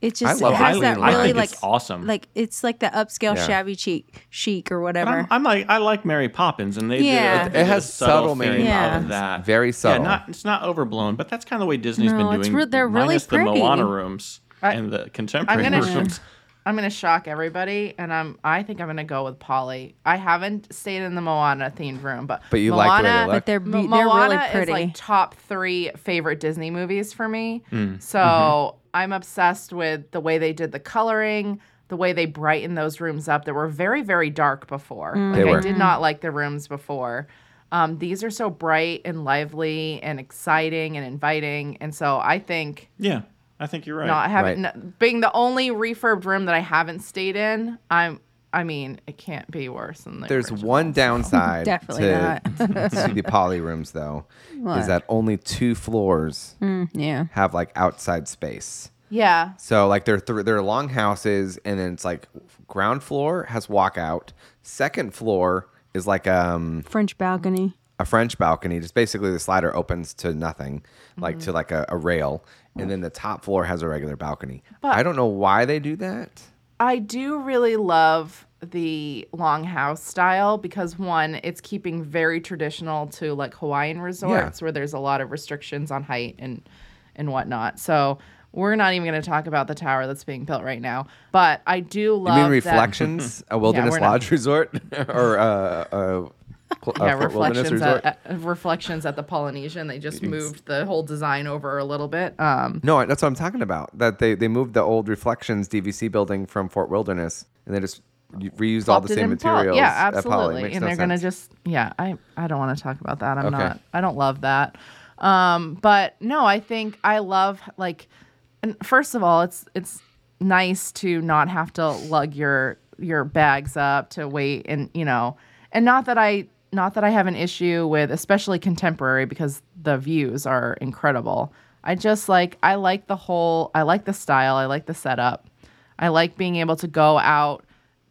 [SPEAKER 4] It just
[SPEAKER 1] love
[SPEAKER 4] it
[SPEAKER 1] it.
[SPEAKER 4] has
[SPEAKER 1] I-
[SPEAKER 4] that
[SPEAKER 1] I
[SPEAKER 4] really
[SPEAKER 1] think
[SPEAKER 4] like
[SPEAKER 3] it's awesome.
[SPEAKER 4] Like it's like the upscale
[SPEAKER 1] Yeah.
[SPEAKER 4] shabby chic chic or
[SPEAKER 3] But I'm,
[SPEAKER 4] whatever.
[SPEAKER 3] I'm like I like Mary Poppins, and they
[SPEAKER 4] Yeah.
[SPEAKER 3] did a,
[SPEAKER 4] It
[SPEAKER 3] they did a
[SPEAKER 1] has
[SPEAKER 3] subtle,
[SPEAKER 1] subtle Mary
[SPEAKER 3] theme out
[SPEAKER 4] Poppins.
[SPEAKER 3] of that.
[SPEAKER 1] Very subtle.
[SPEAKER 3] Yeah, not, it's not overblown, but that's kind of the way Disney's
[SPEAKER 4] No,
[SPEAKER 3] been
[SPEAKER 4] it's
[SPEAKER 3] doing.
[SPEAKER 4] re- they're really
[SPEAKER 3] minus the
[SPEAKER 4] pretty.
[SPEAKER 3] Moana rooms
[SPEAKER 2] I-
[SPEAKER 3] and the contemporary
[SPEAKER 2] I'm gonna-
[SPEAKER 3] rooms.
[SPEAKER 2] I'm gonna shock everybody, and I'm. I think I'm gonna go with Polly. I haven't stayed in the Moana themed room, but
[SPEAKER 1] But you like
[SPEAKER 2] Moana,
[SPEAKER 1] the way they look?
[SPEAKER 4] but they're be-
[SPEAKER 2] Mo-
[SPEAKER 4] they're
[SPEAKER 2] Moana
[SPEAKER 4] really pretty.
[SPEAKER 2] is like top three favorite Disney movies for me.
[SPEAKER 1] Mm.
[SPEAKER 2] So
[SPEAKER 1] Mm-hmm.
[SPEAKER 2] I'm obsessed with the way they did the coloring, the way they brighten those rooms up that were very, very dark before.
[SPEAKER 4] Mm.
[SPEAKER 1] They
[SPEAKER 2] Like
[SPEAKER 1] were.
[SPEAKER 2] I did not like the rooms before. Um, these are so bright and lively and exciting and inviting. And so I think
[SPEAKER 3] Yeah, I think you're right.
[SPEAKER 2] no, I haven't.
[SPEAKER 1] Right.
[SPEAKER 2] n- being the only refurbed room that I haven't stayed in, I'm. I mean, it can't be worse than the
[SPEAKER 1] There's
[SPEAKER 2] original.
[SPEAKER 1] one downside
[SPEAKER 4] Definitely
[SPEAKER 1] to, to the poly rooms, though, is
[SPEAKER 4] What? Hmm.
[SPEAKER 1] that only two floors
[SPEAKER 4] yeah.
[SPEAKER 1] have like outside space.
[SPEAKER 2] Yeah,
[SPEAKER 1] So like they're th- they're long houses, and then it's like ground floor has walkout, second floor is like um
[SPEAKER 4] French balcony.
[SPEAKER 1] a French balcony. Just basically the slider opens to nothing, like
[SPEAKER 4] Mm-hmm.
[SPEAKER 1] to like a, a rail, and then the top floor has a regular balcony.
[SPEAKER 2] But-
[SPEAKER 1] I don't know why they do that.
[SPEAKER 2] I do really love the longhouse style because one, it's keeping very traditional to like Hawaiian resorts where there's a lot of restrictions on height and and whatnot. So we're not even going to talk about the tower that's being built right now, but I do
[SPEAKER 1] You
[SPEAKER 2] love
[SPEAKER 1] mean
[SPEAKER 2] that-
[SPEAKER 1] Reflections, a Wilderness
[SPEAKER 2] we're not-
[SPEAKER 1] Lodge resort, or uh, uh, cl- uh,
[SPEAKER 2] Yeah,
[SPEAKER 1] Fort Wilderness
[SPEAKER 2] reflections at, at- reflections at the Polynesian. They just moved the whole design over a little bit. Um,
[SPEAKER 1] No, I- that's what I'm talking about. That they, they moved the old Reflections DVC building from Fort Wilderness, and they just u- reused all the
[SPEAKER 2] plopped it
[SPEAKER 1] same
[SPEAKER 2] in Pol-
[SPEAKER 1] materials.
[SPEAKER 2] Yeah,
[SPEAKER 1] at Poly. It
[SPEAKER 2] absolutely.
[SPEAKER 1] makes
[SPEAKER 2] and
[SPEAKER 1] no
[SPEAKER 2] they're gonna
[SPEAKER 1] sense.
[SPEAKER 2] just yeah. I I don't want to talk about that. I'm
[SPEAKER 1] Okay.
[SPEAKER 2] not. I don't love that. Um, but no, I think I love like. And first of all, it's it's nice to not have to lug your your bags up to wait and you know, and not that I not that I have an issue with especially contemporary because the views are incredible. I just like I like the whole I like the style, I like the setup. I like being able to go out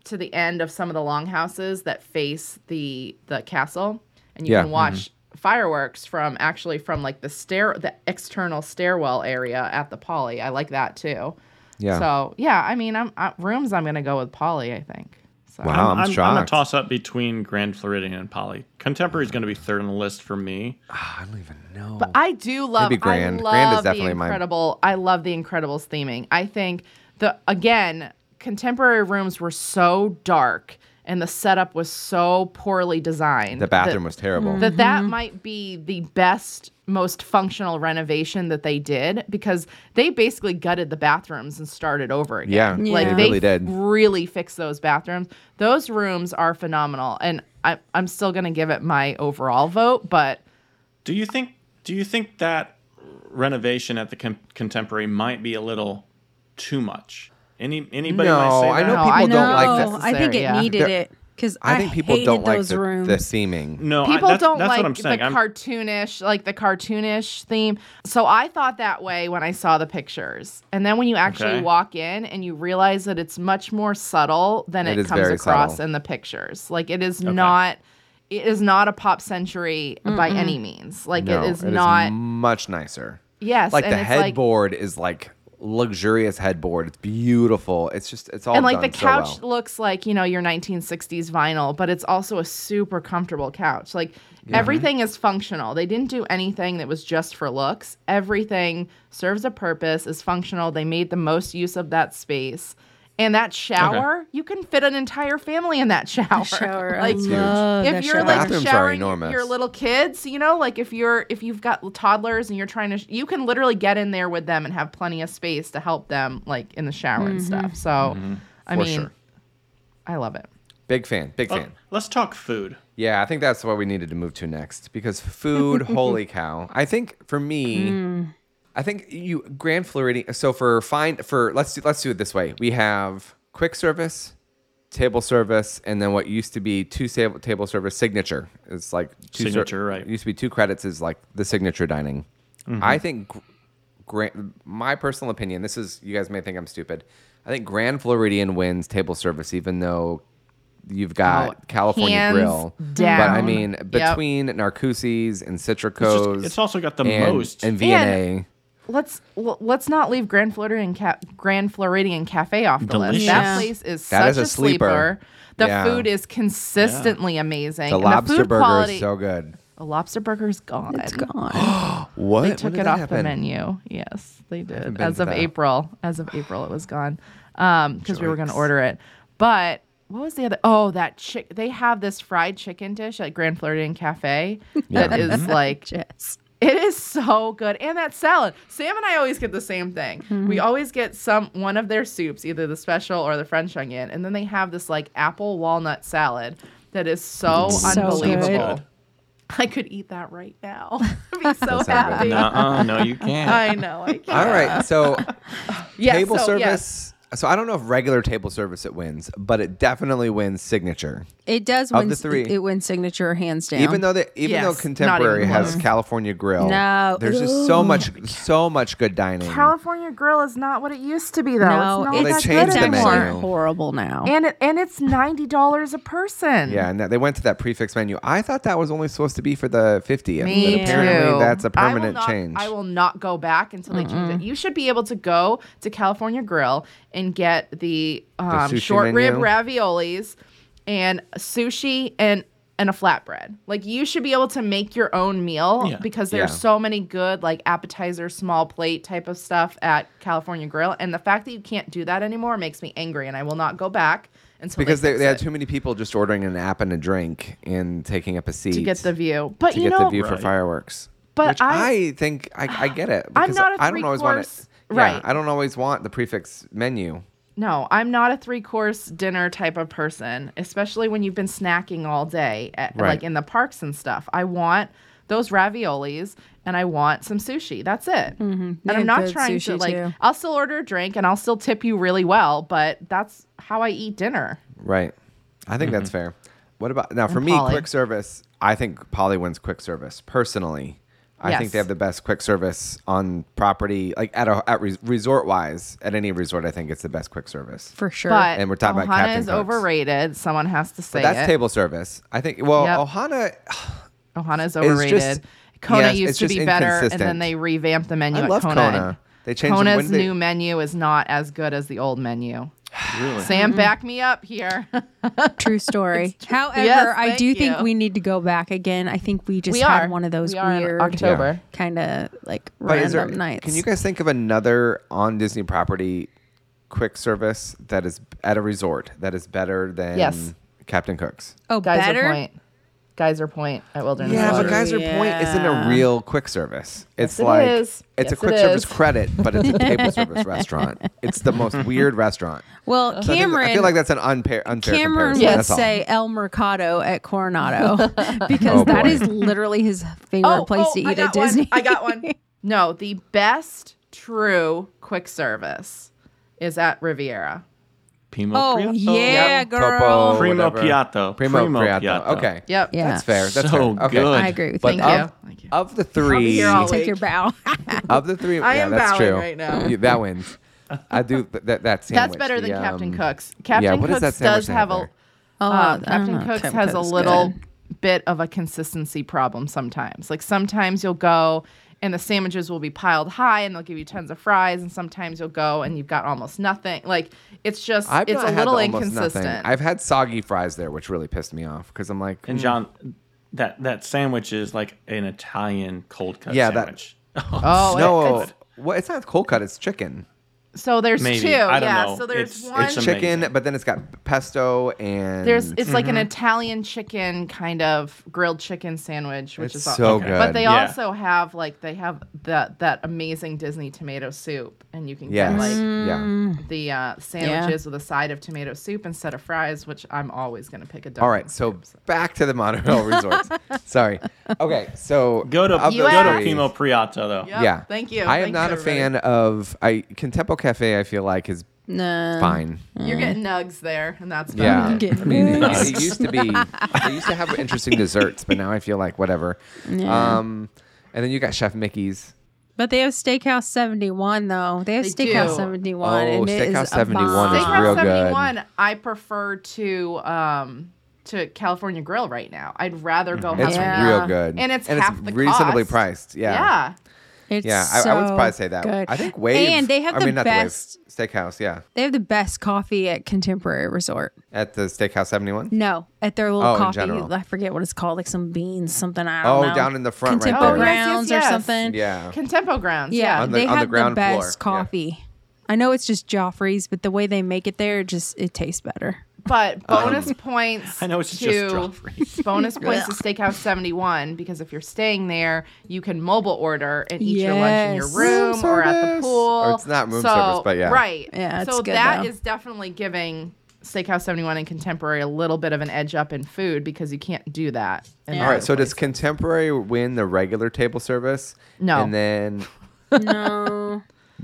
[SPEAKER 2] to the end of some of the longhouses that face the the castle, and you
[SPEAKER 1] Yeah.
[SPEAKER 2] can watch
[SPEAKER 1] Mm-hmm.
[SPEAKER 2] fireworks from actually from like the stair the external stairwell area at the Poly. I like that too.
[SPEAKER 1] Yeah.
[SPEAKER 2] So yeah, I mean, I'm I, rooms. I'm gonna go with Poly. I think. So.
[SPEAKER 1] Wow, I'm,
[SPEAKER 3] I'm, I'm, a
[SPEAKER 1] shocked.
[SPEAKER 3] toss up between Grand Floridian and Polly. Contemporary is going to be third on the list for me.
[SPEAKER 1] I don't even know.
[SPEAKER 2] But I do love.
[SPEAKER 1] Maybe Grand.
[SPEAKER 2] I love
[SPEAKER 1] Grand is
[SPEAKER 2] the
[SPEAKER 1] definitely mine.
[SPEAKER 2] incredible. I love the Incredibles theming. I think the again contemporary rooms were so dark and the setup was so poorly designed
[SPEAKER 1] The bathroom
[SPEAKER 2] that,
[SPEAKER 1] was terrible.
[SPEAKER 2] that that might be the best most functional renovation that they did because they basically gutted the bathrooms and started over
[SPEAKER 1] Yeah,
[SPEAKER 2] again.
[SPEAKER 1] Yeah.
[SPEAKER 2] like
[SPEAKER 4] they
[SPEAKER 2] they
[SPEAKER 1] really did.
[SPEAKER 2] really fixed those bathrooms. Those rooms are phenomenal, and I, I'm still gonna give it my overall vote, but
[SPEAKER 3] Do you think do you think that renovation at the com- contemporary might be a little too much? Any anybody might say
[SPEAKER 1] No, I know
[SPEAKER 3] that?
[SPEAKER 2] No, I
[SPEAKER 1] people don't
[SPEAKER 2] know.
[SPEAKER 1] like
[SPEAKER 4] No,
[SPEAKER 1] that.
[SPEAKER 4] I think
[SPEAKER 2] necessary,
[SPEAKER 4] it
[SPEAKER 2] yeah.
[SPEAKER 4] needed it because I,
[SPEAKER 1] I think people
[SPEAKER 4] hated
[SPEAKER 1] don't like
[SPEAKER 4] those
[SPEAKER 1] the,
[SPEAKER 4] rooms.
[SPEAKER 1] the theming.
[SPEAKER 3] no, I-
[SPEAKER 2] people
[SPEAKER 3] that's,
[SPEAKER 2] don't
[SPEAKER 3] that's
[SPEAKER 2] like
[SPEAKER 3] what I'm saying.
[SPEAKER 2] the
[SPEAKER 3] I'm-
[SPEAKER 2] cartoonish like the cartoonish theme so i thought that way when i saw the pictures and then when you actually
[SPEAKER 3] Okay.
[SPEAKER 2] walk in and you realize that it's much more subtle than
[SPEAKER 1] It
[SPEAKER 2] it,
[SPEAKER 1] is
[SPEAKER 2] comes
[SPEAKER 1] very
[SPEAKER 2] across
[SPEAKER 1] subtle.
[SPEAKER 2] in the pictures like it is not it is not a pop century by any means like
[SPEAKER 1] No,
[SPEAKER 2] it is not
[SPEAKER 1] much nicer.
[SPEAKER 2] yes
[SPEAKER 1] Like
[SPEAKER 2] and
[SPEAKER 1] the
[SPEAKER 2] it's
[SPEAKER 1] headboard is like luxurious headboard. It's beautiful. It's just it's all
[SPEAKER 2] and like the
[SPEAKER 1] done so well.
[SPEAKER 2] couch looks like you know your 1960s vinyl but it's also a super comfortable couch like everything is functional they didn't do anything that was just for looks everything serves a purpose is functional they made the most use of that space and that shower you can fit an entire family in that shower,
[SPEAKER 4] shower. I
[SPEAKER 2] like
[SPEAKER 4] love
[SPEAKER 2] if
[SPEAKER 4] that
[SPEAKER 2] you're
[SPEAKER 4] shower.
[SPEAKER 2] like
[SPEAKER 1] Bathrooms are
[SPEAKER 2] showering
[SPEAKER 1] enormous.
[SPEAKER 2] your little kids, you know, like if you're if you've got toddlers and you're trying to, sh- you can literally get in there with them and have plenty of space to help them, like in the shower and stuff. So,
[SPEAKER 1] Mm-hmm.
[SPEAKER 2] I
[SPEAKER 1] For
[SPEAKER 2] mean,
[SPEAKER 1] sure.
[SPEAKER 2] I love it.
[SPEAKER 1] Big fan. Big fan.
[SPEAKER 3] uh, let's talk food.
[SPEAKER 1] Yeah, I think that's what we needed to move to next because food, holy cow. I think for me,
[SPEAKER 2] Mm.
[SPEAKER 1] I think you Grand Floridian. So for find for let's do let's do it this way. We have quick service, table service, and then what used to be two table table service signature. It's like two ser-
[SPEAKER 3] Signature, right. Mm-hmm.
[SPEAKER 1] Used to be two credits is like the signature dining. I think gr- Grand, my personal opinion. This is you guys may think I'm stupid. I think Grand Floridian wins table service, even though you've got
[SPEAKER 2] Oh,
[SPEAKER 1] California
[SPEAKER 2] hands
[SPEAKER 1] Grill. But I
[SPEAKER 2] down.
[SPEAKER 1] mean,
[SPEAKER 2] Yep.
[SPEAKER 1] between Narcusi's and
[SPEAKER 3] It's, just-
[SPEAKER 1] Citrico's,
[SPEAKER 3] it's also got the
[SPEAKER 1] and,
[SPEAKER 3] most.
[SPEAKER 1] and V&A.
[SPEAKER 2] Let's l- let's not leave Grand Floridian Ca- Grand Floridian Cafe off the
[SPEAKER 3] Delicious.
[SPEAKER 2] list. That
[SPEAKER 4] Yeah.
[SPEAKER 2] place is
[SPEAKER 1] That
[SPEAKER 2] such
[SPEAKER 1] is a
[SPEAKER 2] a sleeper.
[SPEAKER 1] sleeper.
[SPEAKER 2] The
[SPEAKER 1] Yeah.
[SPEAKER 2] food is consistently amazing.
[SPEAKER 1] the
[SPEAKER 2] and
[SPEAKER 1] lobster
[SPEAKER 2] food
[SPEAKER 1] burger
[SPEAKER 2] quality,
[SPEAKER 1] is so good.
[SPEAKER 2] the lobster burger's gone.
[SPEAKER 4] it's gone.
[SPEAKER 1] What?
[SPEAKER 2] They took it off the menu. Yes, they did.
[SPEAKER 1] been
[SPEAKER 2] As
[SPEAKER 1] to
[SPEAKER 2] of
[SPEAKER 1] that.
[SPEAKER 2] April, as of April, it was gone because we were going
[SPEAKER 1] Yikes.
[SPEAKER 2] to order it. But what was the other? Oh, that chick. They have this fried chicken dish at Grand Floridian Cafe that is like
[SPEAKER 4] Jets.
[SPEAKER 2] it is so good. And that salad. Sam and I always get the same thing. We always get some one of their soups, either the special or the French onion, and then they have this like apple walnut salad that is so,
[SPEAKER 4] So good.
[SPEAKER 2] unbelievable.
[SPEAKER 3] Good.
[SPEAKER 2] I could eat that right now. I'd be so
[SPEAKER 1] sound good.
[SPEAKER 2] happy.
[SPEAKER 3] Nuh-uh, no, you can't.
[SPEAKER 2] I know. I can't.
[SPEAKER 1] All right, so
[SPEAKER 2] Yeah,
[SPEAKER 1] table
[SPEAKER 2] so,
[SPEAKER 1] service.
[SPEAKER 2] yeah.
[SPEAKER 1] So I don't know if regular table service it wins, but it definitely wins signature.
[SPEAKER 4] It does
[SPEAKER 1] Of
[SPEAKER 4] win.
[SPEAKER 1] the three.
[SPEAKER 4] It wins signature hands down.
[SPEAKER 1] Even though they, even
[SPEAKER 2] Yes,
[SPEAKER 1] though
[SPEAKER 2] not even
[SPEAKER 1] contemporary has
[SPEAKER 2] close.
[SPEAKER 1] California Grill,
[SPEAKER 4] No.
[SPEAKER 1] there's just so much so much good dining.
[SPEAKER 2] California Grill is not what it used to be, though.
[SPEAKER 4] no,
[SPEAKER 2] it's not
[SPEAKER 4] it's,
[SPEAKER 1] they
[SPEAKER 2] that
[SPEAKER 1] changed
[SPEAKER 2] good
[SPEAKER 1] the
[SPEAKER 2] anymore.
[SPEAKER 1] menu.
[SPEAKER 4] actually horrible now.
[SPEAKER 2] And it, and it's ninety dollars a person.
[SPEAKER 1] Yeah, and that, they went to that prefix menu. I thought that was only supposed to be for the 50th.
[SPEAKER 2] Me
[SPEAKER 1] but apparently
[SPEAKER 2] too.
[SPEAKER 1] that's a
[SPEAKER 2] I will
[SPEAKER 1] permanent
[SPEAKER 2] not-
[SPEAKER 1] change.
[SPEAKER 2] I will not go back until they change it. You should be able to go to California Grill and get the, um,
[SPEAKER 1] sushi
[SPEAKER 2] short rib
[SPEAKER 1] menu?
[SPEAKER 2] raviolis and sushi and and a flatbread. Like you should be able to make your own meal
[SPEAKER 3] Yeah.
[SPEAKER 2] because there's
[SPEAKER 1] Yeah.
[SPEAKER 2] so many good like appetizer, small plate type of stuff at California Grill, and the fact that you can't do that anymore makes me angry, and I will not go back until
[SPEAKER 1] because
[SPEAKER 2] they,
[SPEAKER 1] they,
[SPEAKER 2] fix
[SPEAKER 1] they had
[SPEAKER 2] it
[SPEAKER 1] too many people just ordering an app and a drink and taking up a seat
[SPEAKER 2] to get the view. But
[SPEAKER 1] to
[SPEAKER 2] you
[SPEAKER 1] get
[SPEAKER 2] know,
[SPEAKER 1] the view for
[SPEAKER 3] Right.
[SPEAKER 1] fireworks.
[SPEAKER 2] But
[SPEAKER 1] Which I,
[SPEAKER 2] I-
[SPEAKER 1] think I, I get it.
[SPEAKER 2] I'm
[SPEAKER 1] because
[SPEAKER 2] not a
[SPEAKER 1] I don't always want it.
[SPEAKER 2] three-course-
[SPEAKER 1] Yeah,
[SPEAKER 2] right.
[SPEAKER 1] I don't always want the prefix menu.
[SPEAKER 2] No, I'm not a three course dinner type of person, especially when you've been snacking all day, at,
[SPEAKER 1] Right.
[SPEAKER 2] like in the parks and stuff. I want those raviolis and I want some sushi. That's it. And
[SPEAKER 4] Mm-hmm. Yeah,
[SPEAKER 2] I'm not
[SPEAKER 4] good
[SPEAKER 2] trying to
[SPEAKER 4] sushi,
[SPEAKER 2] like.
[SPEAKER 4] too.
[SPEAKER 2] I'll still order a drink and I'll still tip you really well, but that's how I eat dinner.
[SPEAKER 1] Right. I think that's fair. What about now for
[SPEAKER 2] Mm-hmm. And
[SPEAKER 1] me,
[SPEAKER 2] Polly.
[SPEAKER 1] quick service? I think Polly wins quick service personally. I think
[SPEAKER 2] Yes.
[SPEAKER 1] they have the best quick service on property, like at a at res- resort wise. At any resort, I think it's the best quick service.
[SPEAKER 4] for sure.
[SPEAKER 2] But
[SPEAKER 1] And we're talking about
[SPEAKER 2] Ohana
[SPEAKER 1] Captain
[SPEAKER 2] is
[SPEAKER 1] Cooks.
[SPEAKER 2] overrated. Someone has to say
[SPEAKER 1] But that's
[SPEAKER 2] it.
[SPEAKER 1] table service. I think. Well,
[SPEAKER 2] Yep.
[SPEAKER 1] Ohana,
[SPEAKER 2] Ohana is
[SPEAKER 1] just-
[SPEAKER 2] overrated. Kona
[SPEAKER 1] yes, it's
[SPEAKER 2] used to
[SPEAKER 1] just
[SPEAKER 2] be better, and
[SPEAKER 1] inconsistent.
[SPEAKER 2] then they revamped the menu
[SPEAKER 1] I
[SPEAKER 2] at
[SPEAKER 1] love
[SPEAKER 2] Kona.
[SPEAKER 1] Kona. They changed the- when
[SPEAKER 2] Kona's
[SPEAKER 1] did they-
[SPEAKER 2] new menu is not as good as the old menu.
[SPEAKER 3] Really?
[SPEAKER 4] Mm-hmm.
[SPEAKER 2] Sam, back me up here.
[SPEAKER 4] True story. However,
[SPEAKER 2] Yes,
[SPEAKER 4] I
[SPEAKER 2] thank
[SPEAKER 4] do think
[SPEAKER 2] you.
[SPEAKER 4] we need to go back again. I think we just
[SPEAKER 2] We
[SPEAKER 4] had
[SPEAKER 2] are.
[SPEAKER 4] one of those
[SPEAKER 2] We are in
[SPEAKER 4] weird
[SPEAKER 2] October.
[SPEAKER 4] kind of like
[SPEAKER 1] but
[SPEAKER 4] random
[SPEAKER 1] is there?
[SPEAKER 4] nights.
[SPEAKER 1] Can you guys think of another on Disney property quick service that is at a resort that is better than
[SPEAKER 2] Yes.
[SPEAKER 1] Captain Cook's?
[SPEAKER 4] Oh,
[SPEAKER 2] Geyser
[SPEAKER 4] better.
[SPEAKER 2] Point. Geyser Point at Wilderness
[SPEAKER 1] Yeah,
[SPEAKER 2] Lodge.
[SPEAKER 1] but Geyser Point isn't a
[SPEAKER 4] Yeah.
[SPEAKER 1] real quick service. It's
[SPEAKER 2] Yes, it
[SPEAKER 1] like
[SPEAKER 2] is.
[SPEAKER 1] it's a
[SPEAKER 2] Yes,
[SPEAKER 1] quick
[SPEAKER 2] it
[SPEAKER 1] service
[SPEAKER 2] is.
[SPEAKER 1] credit, but it's a table service restaurant. It's the most weird restaurant.
[SPEAKER 4] Well,
[SPEAKER 1] So I think-
[SPEAKER 4] Cameron.
[SPEAKER 1] I feel like that's an unfair, unfair
[SPEAKER 4] Cameron
[SPEAKER 1] comparison.
[SPEAKER 4] would
[SPEAKER 1] that's all.
[SPEAKER 4] say El Mercado at Coronado because
[SPEAKER 1] Oh,
[SPEAKER 4] that
[SPEAKER 1] boy.
[SPEAKER 4] is literally his favorite place to
[SPEAKER 2] Oh, I
[SPEAKER 4] eat at
[SPEAKER 2] got one.
[SPEAKER 4] Disney.
[SPEAKER 2] I got one. No, the best true quick service is at Riviera.
[SPEAKER 3] Primo
[SPEAKER 4] Oh
[SPEAKER 3] Priato.
[SPEAKER 4] yeah,
[SPEAKER 2] Yep.
[SPEAKER 4] girl.
[SPEAKER 1] Topo.
[SPEAKER 3] Primo
[SPEAKER 1] Oh, Whatever.
[SPEAKER 3] Piatto.
[SPEAKER 1] Primo, Priato.
[SPEAKER 3] Piatto.
[SPEAKER 1] Okay.
[SPEAKER 2] Yep.
[SPEAKER 4] Yeah.
[SPEAKER 1] That's fair. That's
[SPEAKER 3] So
[SPEAKER 1] fair. Okay.
[SPEAKER 3] good.
[SPEAKER 4] I agree with
[SPEAKER 1] But
[SPEAKER 4] you.
[SPEAKER 2] Thank
[SPEAKER 1] of,
[SPEAKER 2] you. Thank you.
[SPEAKER 1] Of the three,
[SPEAKER 2] here all
[SPEAKER 4] Take your bow.
[SPEAKER 2] Uh,
[SPEAKER 1] of the three,
[SPEAKER 2] I
[SPEAKER 1] yeah,
[SPEAKER 2] am
[SPEAKER 1] that's
[SPEAKER 2] bowing
[SPEAKER 1] true.
[SPEAKER 2] right now.
[SPEAKER 1] Yeah, that wins. I do th- that. That
[SPEAKER 2] That's
[SPEAKER 1] sandwich,
[SPEAKER 2] better than
[SPEAKER 1] the,
[SPEAKER 2] Captain
[SPEAKER 1] um,
[SPEAKER 2] Cook's. Captain
[SPEAKER 1] what is that
[SPEAKER 2] Cook's
[SPEAKER 1] sandwich
[SPEAKER 2] does
[SPEAKER 1] they
[SPEAKER 2] have
[SPEAKER 1] have
[SPEAKER 2] a
[SPEAKER 1] there?
[SPEAKER 4] Oh,
[SPEAKER 2] uh,
[SPEAKER 4] I don't
[SPEAKER 2] Captain
[SPEAKER 4] know.
[SPEAKER 2] Cook's
[SPEAKER 4] Captain
[SPEAKER 2] has a
[SPEAKER 4] Cook's
[SPEAKER 2] little
[SPEAKER 4] good.
[SPEAKER 2] bit of a consistency problem sometimes. Like sometimes you'll go and the sandwiches will be piled high and they'll give you tons of fries and sometimes you'll go and you've got almost nothing. Like it's just
[SPEAKER 1] I've
[SPEAKER 2] it's
[SPEAKER 1] not
[SPEAKER 2] a
[SPEAKER 1] had
[SPEAKER 2] little
[SPEAKER 1] the almost
[SPEAKER 2] inconsistent.
[SPEAKER 1] Nothing. I've had soggy fries there, which really pissed me off because I'm like,
[SPEAKER 3] And
[SPEAKER 1] mm,
[SPEAKER 3] John, that that sandwich is like an Italian cold cut
[SPEAKER 1] Yeah, that-
[SPEAKER 3] sandwich.
[SPEAKER 2] oh,
[SPEAKER 1] no,
[SPEAKER 2] it's-
[SPEAKER 1] what? It's not cold cut. It's chicken,
[SPEAKER 2] so there's
[SPEAKER 3] Maybe.
[SPEAKER 2] two.
[SPEAKER 3] I don't
[SPEAKER 2] yeah,
[SPEAKER 3] know.
[SPEAKER 2] so there's
[SPEAKER 3] It's-
[SPEAKER 2] one
[SPEAKER 3] it's a-
[SPEAKER 1] chicken,
[SPEAKER 3] Amazing.
[SPEAKER 1] but then it's got pesto and
[SPEAKER 2] there's it's like
[SPEAKER 4] Mm-hmm.
[SPEAKER 2] an Italian chicken kind of grilled chicken sandwich, which
[SPEAKER 1] It's
[SPEAKER 2] is
[SPEAKER 1] so
[SPEAKER 3] okay.
[SPEAKER 1] good.
[SPEAKER 2] But they
[SPEAKER 3] Yeah.
[SPEAKER 2] also have like they have that that amazing Disney tomato soup, and you can
[SPEAKER 1] yes,
[SPEAKER 2] get like
[SPEAKER 1] yeah.
[SPEAKER 2] the uh, sandwiches with a side of tomato soup instead of fries, which I'm always going to pick a dog.
[SPEAKER 1] All right, so back to the Monorail resorts. Sorry. Okay, so
[SPEAKER 3] Go to
[SPEAKER 1] of the
[SPEAKER 3] go to
[SPEAKER 1] three-
[SPEAKER 3] Primo Priato though.
[SPEAKER 2] Yep,
[SPEAKER 1] Yeah,
[SPEAKER 2] thank you.
[SPEAKER 1] I am
[SPEAKER 2] Thanks,
[SPEAKER 1] not
[SPEAKER 2] everybody.
[SPEAKER 1] a fan of I Contempo Cafe. I feel like is
[SPEAKER 4] No.
[SPEAKER 1] fine.
[SPEAKER 2] You're getting nugs there, and that's about
[SPEAKER 1] Yeah,
[SPEAKER 2] it.
[SPEAKER 4] Get
[SPEAKER 1] I mean, it,
[SPEAKER 4] nuts.
[SPEAKER 1] it used to be. They used to have interesting desserts, but now I feel like whatever.
[SPEAKER 4] Yeah.
[SPEAKER 1] Um, and then you got Chef Mickey's.
[SPEAKER 4] But they have Steakhouse 71 though. They have
[SPEAKER 2] They
[SPEAKER 4] Steakhouse
[SPEAKER 2] do.
[SPEAKER 4] 71
[SPEAKER 1] Oh,
[SPEAKER 4] and it is
[SPEAKER 1] Steakhouse
[SPEAKER 4] a
[SPEAKER 1] 71 is
[SPEAKER 4] bomb.
[SPEAKER 1] It's
[SPEAKER 2] Steakhouse
[SPEAKER 1] real good.
[SPEAKER 2] 71, I prefer to um to California Grill right now. I'd rather go.
[SPEAKER 1] Mm-hmm. It's
[SPEAKER 2] have
[SPEAKER 4] Yeah.
[SPEAKER 2] it.
[SPEAKER 1] real good,
[SPEAKER 2] And it's half the
[SPEAKER 1] reasonably
[SPEAKER 2] cost.
[SPEAKER 1] priced. Yeah.
[SPEAKER 2] yeah.
[SPEAKER 4] It's
[SPEAKER 1] Yeah, I, I would
[SPEAKER 4] so
[SPEAKER 1] probably say that.
[SPEAKER 4] good.
[SPEAKER 1] I think Wave.
[SPEAKER 4] And they have
[SPEAKER 1] I
[SPEAKER 4] the
[SPEAKER 1] mean, not
[SPEAKER 4] best
[SPEAKER 1] the Wave Steakhouse. Yeah,
[SPEAKER 4] they have the best coffee at Contemporary Resort.
[SPEAKER 1] at the Steakhouse Seventy One.
[SPEAKER 4] No, at their
[SPEAKER 1] Oh,
[SPEAKER 4] little
[SPEAKER 1] in
[SPEAKER 4] coffee.
[SPEAKER 1] general.
[SPEAKER 4] I forget what it's called, like some beans, something. I
[SPEAKER 1] Oh,
[SPEAKER 4] don't know.
[SPEAKER 1] down in the front right there.
[SPEAKER 4] Contempo
[SPEAKER 1] Oh, yes,
[SPEAKER 2] yes,
[SPEAKER 4] grounds
[SPEAKER 2] yes.
[SPEAKER 4] or something.
[SPEAKER 1] Yeah.
[SPEAKER 2] Contempo Grounds.
[SPEAKER 4] Yeah,
[SPEAKER 2] Yeah.
[SPEAKER 1] On the-
[SPEAKER 4] they
[SPEAKER 1] on the
[SPEAKER 4] have the,
[SPEAKER 1] ground floor,
[SPEAKER 4] best
[SPEAKER 1] yeah.
[SPEAKER 4] coffee. I know it's just Joffrey's, but the way they make it there, it just it tastes better.
[SPEAKER 2] But
[SPEAKER 4] Um,
[SPEAKER 2] bonus points.
[SPEAKER 3] I know it's
[SPEAKER 2] to,
[SPEAKER 3] just drop free.
[SPEAKER 2] bonus points to Steakhouse 71 because if you're staying there, you can mobile order and eat your lunch in your
[SPEAKER 4] Yes.
[SPEAKER 2] room
[SPEAKER 1] Room
[SPEAKER 2] or at the
[SPEAKER 1] service.
[SPEAKER 2] pool.
[SPEAKER 1] Or it's not room
[SPEAKER 2] So-
[SPEAKER 1] service, but yeah.
[SPEAKER 2] Right.
[SPEAKER 4] Yeah, it's
[SPEAKER 2] so that
[SPEAKER 4] good,
[SPEAKER 2] is
[SPEAKER 4] though.
[SPEAKER 2] definitely giving Steakhouse 71 and Contemporary a little bit of an edge up in food because you can't do that. in
[SPEAKER 4] Yeah.
[SPEAKER 1] All right.
[SPEAKER 2] other
[SPEAKER 1] So does
[SPEAKER 2] places.
[SPEAKER 1] Contemporary win the regular table service?
[SPEAKER 2] No.
[SPEAKER 1] And then
[SPEAKER 4] No,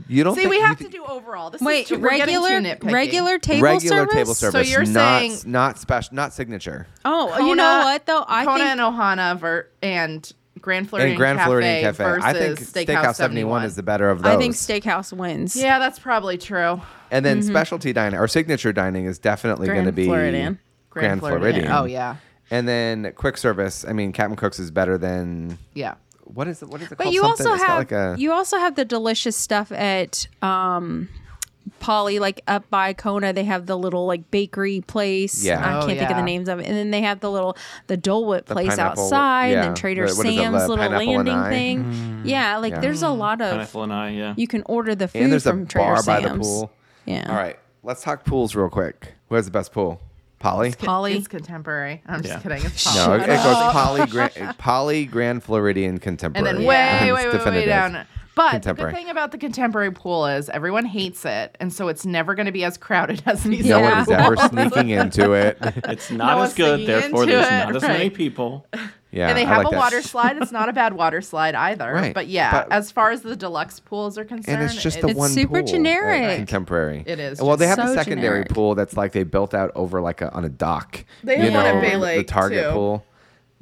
[SPEAKER 1] you don't
[SPEAKER 2] See,
[SPEAKER 1] think-
[SPEAKER 2] we
[SPEAKER 1] you
[SPEAKER 2] have
[SPEAKER 1] thi-
[SPEAKER 2] to do overall. This
[SPEAKER 4] wait,
[SPEAKER 2] is too, we're getting
[SPEAKER 4] regular
[SPEAKER 2] too nitpicky.
[SPEAKER 4] regular table
[SPEAKER 1] regular
[SPEAKER 4] service?
[SPEAKER 1] table service.
[SPEAKER 2] you're
[SPEAKER 1] not,
[SPEAKER 2] saying-
[SPEAKER 1] not special, not signature.
[SPEAKER 4] Oh,
[SPEAKER 2] Kona,
[SPEAKER 4] you know what though? I
[SPEAKER 2] Kona
[SPEAKER 4] think
[SPEAKER 2] and Ohana ver- and Grand Floridian
[SPEAKER 1] and Grand
[SPEAKER 2] Cafe
[SPEAKER 1] Floridian Cafe.
[SPEAKER 2] versus
[SPEAKER 1] I think
[SPEAKER 2] Steakhouse 71
[SPEAKER 1] is the better of those.
[SPEAKER 4] I think Steakhouse wins.
[SPEAKER 2] Yeah, that's probably true.
[SPEAKER 1] And then specialty dining or signature dining is definitely going
[SPEAKER 4] Grand
[SPEAKER 1] to be
[SPEAKER 4] Floridian.
[SPEAKER 1] Grand, Floridian.
[SPEAKER 2] Oh yeah,
[SPEAKER 1] And then quick service. I mean, Captain Cook's is better than
[SPEAKER 2] yeah.
[SPEAKER 1] what is it? What is it
[SPEAKER 4] but
[SPEAKER 1] called?
[SPEAKER 4] you
[SPEAKER 1] Something-
[SPEAKER 4] also
[SPEAKER 1] it's got
[SPEAKER 4] have
[SPEAKER 1] like a
[SPEAKER 4] you also have the delicious stuff at um, Polly, like up by Kona. They have the little like bakery place.
[SPEAKER 1] Yeah.
[SPEAKER 4] I
[SPEAKER 2] Oh,
[SPEAKER 4] can't think of the
[SPEAKER 2] yeah.
[SPEAKER 4] names of it. And then they have the little the Dole Whip place
[SPEAKER 1] pineapple-
[SPEAKER 4] outside,
[SPEAKER 1] yeah.
[SPEAKER 4] and Trader
[SPEAKER 1] What- what is it,
[SPEAKER 4] Sam's
[SPEAKER 1] the
[SPEAKER 4] little
[SPEAKER 1] pineapple and
[SPEAKER 4] landing
[SPEAKER 1] I?
[SPEAKER 4] thing.
[SPEAKER 2] Hmm.
[SPEAKER 4] Yeah, like
[SPEAKER 1] Yeah.
[SPEAKER 4] there's a lot of
[SPEAKER 3] Pineapple and I, yeah.
[SPEAKER 4] you can order the food
[SPEAKER 1] and there's a
[SPEAKER 4] from Trader
[SPEAKER 1] bar by
[SPEAKER 4] Sam's.
[SPEAKER 1] the pool.
[SPEAKER 4] Yeah.
[SPEAKER 1] All right, let's talk pools real quick. Who has the best pool? Polly.
[SPEAKER 4] Polly.
[SPEAKER 2] It's contemporary. I'm
[SPEAKER 3] Yeah.
[SPEAKER 2] just kidding. It's
[SPEAKER 1] No,
[SPEAKER 2] Polly.
[SPEAKER 1] it, it goes Polly, Grand, Polly, Grand Floridian,
[SPEAKER 2] and
[SPEAKER 1] Contemporary.
[SPEAKER 2] then
[SPEAKER 1] I think
[SPEAKER 2] way,
[SPEAKER 1] it's
[SPEAKER 2] way, way, way
[SPEAKER 1] definitive.
[SPEAKER 2] down. But the
[SPEAKER 1] Contemporary.
[SPEAKER 2] good thing about the contemporary pool is everyone hates it, and so it's never going to be as crowded as these.
[SPEAKER 1] No
[SPEAKER 2] other
[SPEAKER 1] one is
[SPEAKER 2] pools.
[SPEAKER 1] ever sneaking into it.
[SPEAKER 3] It's not
[SPEAKER 2] No
[SPEAKER 3] as
[SPEAKER 2] one's
[SPEAKER 3] good,
[SPEAKER 2] digging
[SPEAKER 3] therefore
[SPEAKER 2] into
[SPEAKER 3] there's
[SPEAKER 2] it,
[SPEAKER 3] not as many
[SPEAKER 2] right.
[SPEAKER 3] people.
[SPEAKER 1] Yeah,
[SPEAKER 2] and they
[SPEAKER 1] I
[SPEAKER 2] have
[SPEAKER 1] like
[SPEAKER 2] a
[SPEAKER 1] that.
[SPEAKER 2] water slide. It's not a bad water slide either.
[SPEAKER 1] Right.
[SPEAKER 2] But yeah,
[SPEAKER 1] But-
[SPEAKER 2] as far as the deluxe pools are concerned,
[SPEAKER 1] And it's just the
[SPEAKER 2] it-
[SPEAKER 1] one
[SPEAKER 4] super
[SPEAKER 1] pool, like,
[SPEAKER 4] generic.
[SPEAKER 1] contemporary.
[SPEAKER 2] It is
[SPEAKER 1] Well, they have
[SPEAKER 4] just
[SPEAKER 1] the
[SPEAKER 4] so
[SPEAKER 1] secondary
[SPEAKER 4] generic.
[SPEAKER 1] pool that's like they built out over like a, on a dock.
[SPEAKER 2] They
[SPEAKER 1] you
[SPEAKER 2] have
[SPEAKER 1] know,
[SPEAKER 2] one at Bay
[SPEAKER 1] the-
[SPEAKER 2] Lake,
[SPEAKER 1] the Target
[SPEAKER 2] too.
[SPEAKER 1] pool.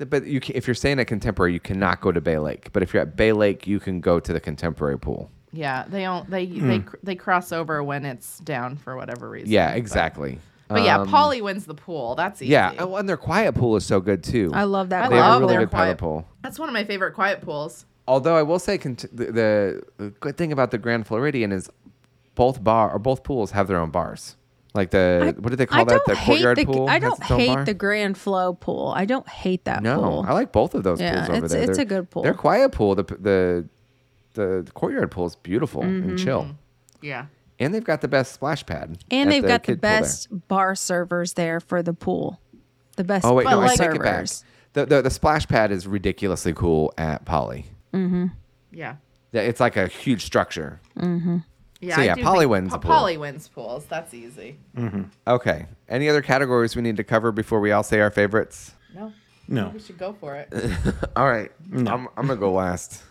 [SPEAKER 1] But you, can, if you're staying at Contemporary, you cannot go to Bay Lake. But if you're at Bay Lake, you can go to the Contemporary pool.
[SPEAKER 2] Yeah, they don't. They they cr- they cross over when it's down for whatever reason.
[SPEAKER 1] Hmm. Yeah,
[SPEAKER 2] but-
[SPEAKER 1] exactly. Uh,
[SPEAKER 2] But, yeah, Polly wins the pool. That's easy.
[SPEAKER 1] Yeah, oh, and their quiet pool is so good too.
[SPEAKER 4] I love that
[SPEAKER 2] I
[SPEAKER 1] They
[SPEAKER 4] pool.
[SPEAKER 1] have
[SPEAKER 2] love
[SPEAKER 1] a really
[SPEAKER 2] their
[SPEAKER 1] good private
[SPEAKER 2] quiet-
[SPEAKER 1] pool.
[SPEAKER 2] that's one of my favorite quiet pools.
[SPEAKER 1] Although I will say, cont- the, the, the good thing about the Grand Floridian is both bar or both pools have their own bars. Like the what do they call
[SPEAKER 4] I
[SPEAKER 1] that?
[SPEAKER 4] don't
[SPEAKER 1] The
[SPEAKER 4] hate
[SPEAKER 1] courtyard
[SPEAKER 4] the
[SPEAKER 1] pool.
[SPEAKER 4] I
[SPEAKER 1] has
[SPEAKER 4] don't
[SPEAKER 1] its own
[SPEAKER 4] hate
[SPEAKER 1] bar?
[SPEAKER 4] the Grand Flow pool. I don't hate that
[SPEAKER 1] No,
[SPEAKER 4] pool.
[SPEAKER 1] I like both of those
[SPEAKER 4] Yeah,
[SPEAKER 1] pools over
[SPEAKER 4] it's-
[SPEAKER 1] there.
[SPEAKER 4] it's
[SPEAKER 1] They're-
[SPEAKER 4] a good pool.
[SPEAKER 1] Their
[SPEAKER 4] Mm-hmm.
[SPEAKER 1] quiet pool, the the the courtyard pool is beautiful and chill.
[SPEAKER 2] Yeah.
[SPEAKER 1] And they've got the best splash pad.
[SPEAKER 4] And
[SPEAKER 1] at
[SPEAKER 4] they've got the
[SPEAKER 1] kid pool there.
[SPEAKER 4] best bar servers there for the pool. The best
[SPEAKER 1] Oh wait,
[SPEAKER 4] bar
[SPEAKER 1] no, I
[SPEAKER 2] like-
[SPEAKER 1] take it back.
[SPEAKER 4] servers.
[SPEAKER 1] The, the the splash pad is ridiculously cool at Poly.
[SPEAKER 2] Yeah.
[SPEAKER 1] Yeah, It's like a huge structure.
[SPEAKER 2] Yeah.
[SPEAKER 1] So, yeah,
[SPEAKER 2] do
[SPEAKER 1] Polly
[SPEAKER 2] think-
[SPEAKER 1] wins
[SPEAKER 2] Po-
[SPEAKER 1] the pool.
[SPEAKER 2] Polly wins pools. That's easy.
[SPEAKER 1] Okay. Any other categories we need to cover before we all say our favorites?
[SPEAKER 2] No,
[SPEAKER 3] No.
[SPEAKER 2] we should go for it.
[SPEAKER 1] All right. I'm, I'm gonna go last.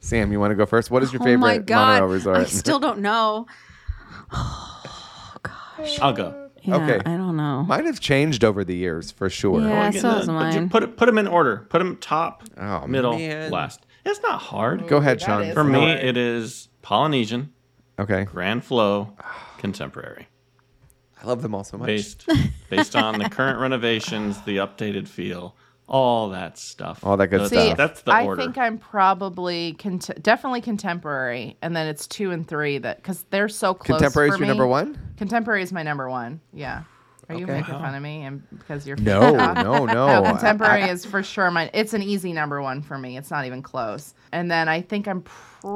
[SPEAKER 1] Sam, you want to go first? What is your
[SPEAKER 4] Oh
[SPEAKER 1] favorite
[SPEAKER 4] my god.
[SPEAKER 1] Monorail resort?
[SPEAKER 4] I still don't know.
[SPEAKER 3] I'll go.
[SPEAKER 4] Yeah,
[SPEAKER 1] Okay.
[SPEAKER 4] I don't know.
[SPEAKER 1] Might have changed over the years for sure.
[SPEAKER 4] Yeah.
[SPEAKER 3] Well,
[SPEAKER 4] so
[SPEAKER 3] again,
[SPEAKER 4] is
[SPEAKER 3] the- but you
[SPEAKER 4] mine.
[SPEAKER 3] Put it- put them in order. Put them top,
[SPEAKER 1] Oh,
[SPEAKER 3] middle,
[SPEAKER 1] man.
[SPEAKER 3] last. It's not hard.
[SPEAKER 1] Go ahead,
[SPEAKER 2] That
[SPEAKER 1] Sean.
[SPEAKER 2] is
[SPEAKER 3] For
[SPEAKER 2] hard.
[SPEAKER 3] me, it is Polynesian,
[SPEAKER 1] Okay.
[SPEAKER 3] Grand Flow, Contemporary,
[SPEAKER 1] I love them all so much.
[SPEAKER 3] based based on the current renovations, the updated feel, all that stuff.
[SPEAKER 1] All that good
[SPEAKER 3] Th-
[SPEAKER 1] stuff.
[SPEAKER 3] that's- That's the
[SPEAKER 2] I
[SPEAKER 3] order.
[SPEAKER 2] think I'm probably cont- definitely contemporary, and then it's two and three that because they're so close.
[SPEAKER 1] Contemporary is
[SPEAKER 2] for
[SPEAKER 1] your
[SPEAKER 2] me.
[SPEAKER 1] number one?
[SPEAKER 2] Contemporary is my number one. Yeah. Are you
[SPEAKER 1] Okay.
[SPEAKER 2] making fun of me? And because you're
[SPEAKER 1] No, no, no.
[SPEAKER 2] No,
[SPEAKER 1] I-
[SPEAKER 2] contemporary
[SPEAKER 1] I-
[SPEAKER 2] is for sure mine. It's an easy number one for me. It's not even close. And then I think I'm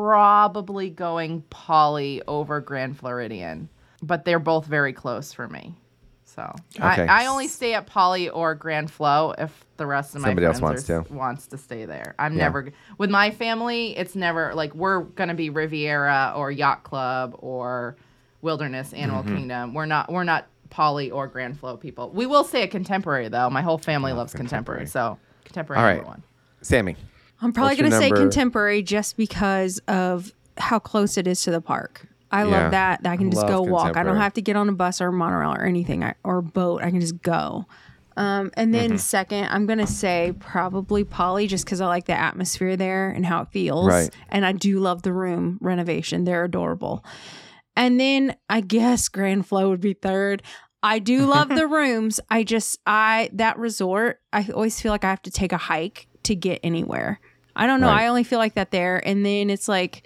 [SPEAKER 2] probably going Polly over Grand Floridian, but they're both very close for me. So
[SPEAKER 1] Okay.
[SPEAKER 2] I, I only stay at Polly or Grand Flow if the rest of my
[SPEAKER 1] Somebody else
[SPEAKER 2] friends
[SPEAKER 1] wants
[SPEAKER 2] are- wants to stay there. I'm
[SPEAKER 1] Yeah.
[SPEAKER 2] never g- with my family. It's never like we're gonna be Riviera or Yacht Club or Wilderness Animal
[SPEAKER 1] Mm-hmm.
[SPEAKER 2] Kingdom. We're not. We're not Polly or Grand Flow people. We will say a contemporary though. My whole family loves contemporary. So contemporary
[SPEAKER 1] All right.
[SPEAKER 2] number one.
[SPEAKER 1] Sammy.
[SPEAKER 4] I'm probably
[SPEAKER 1] What's your
[SPEAKER 4] going to say
[SPEAKER 1] number?
[SPEAKER 4] contemporary just because of how close it is to the park. I
[SPEAKER 1] Yeah.
[SPEAKER 4] love that. that I can just
[SPEAKER 1] Love
[SPEAKER 4] go walk. I don't
[SPEAKER 1] contemporary.
[SPEAKER 4] have to get on a bus or a monorail or anything I, or boat. I can just go. Um, and then
[SPEAKER 3] Mm-hmm.
[SPEAKER 4] second, I'm going to say probably Polly just because I like the atmosphere there and how it feels.
[SPEAKER 1] Right.
[SPEAKER 4] And I do love the room renovation. They're adorable. And then I guess Grand Flow would be third. I do love the rooms. I just I that resort, I always feel like I have to take a hike to get anywhere. I don't know.
[SPEAKER 1] Right.
[SPEAKER 4] I only feel like that there. And then it's like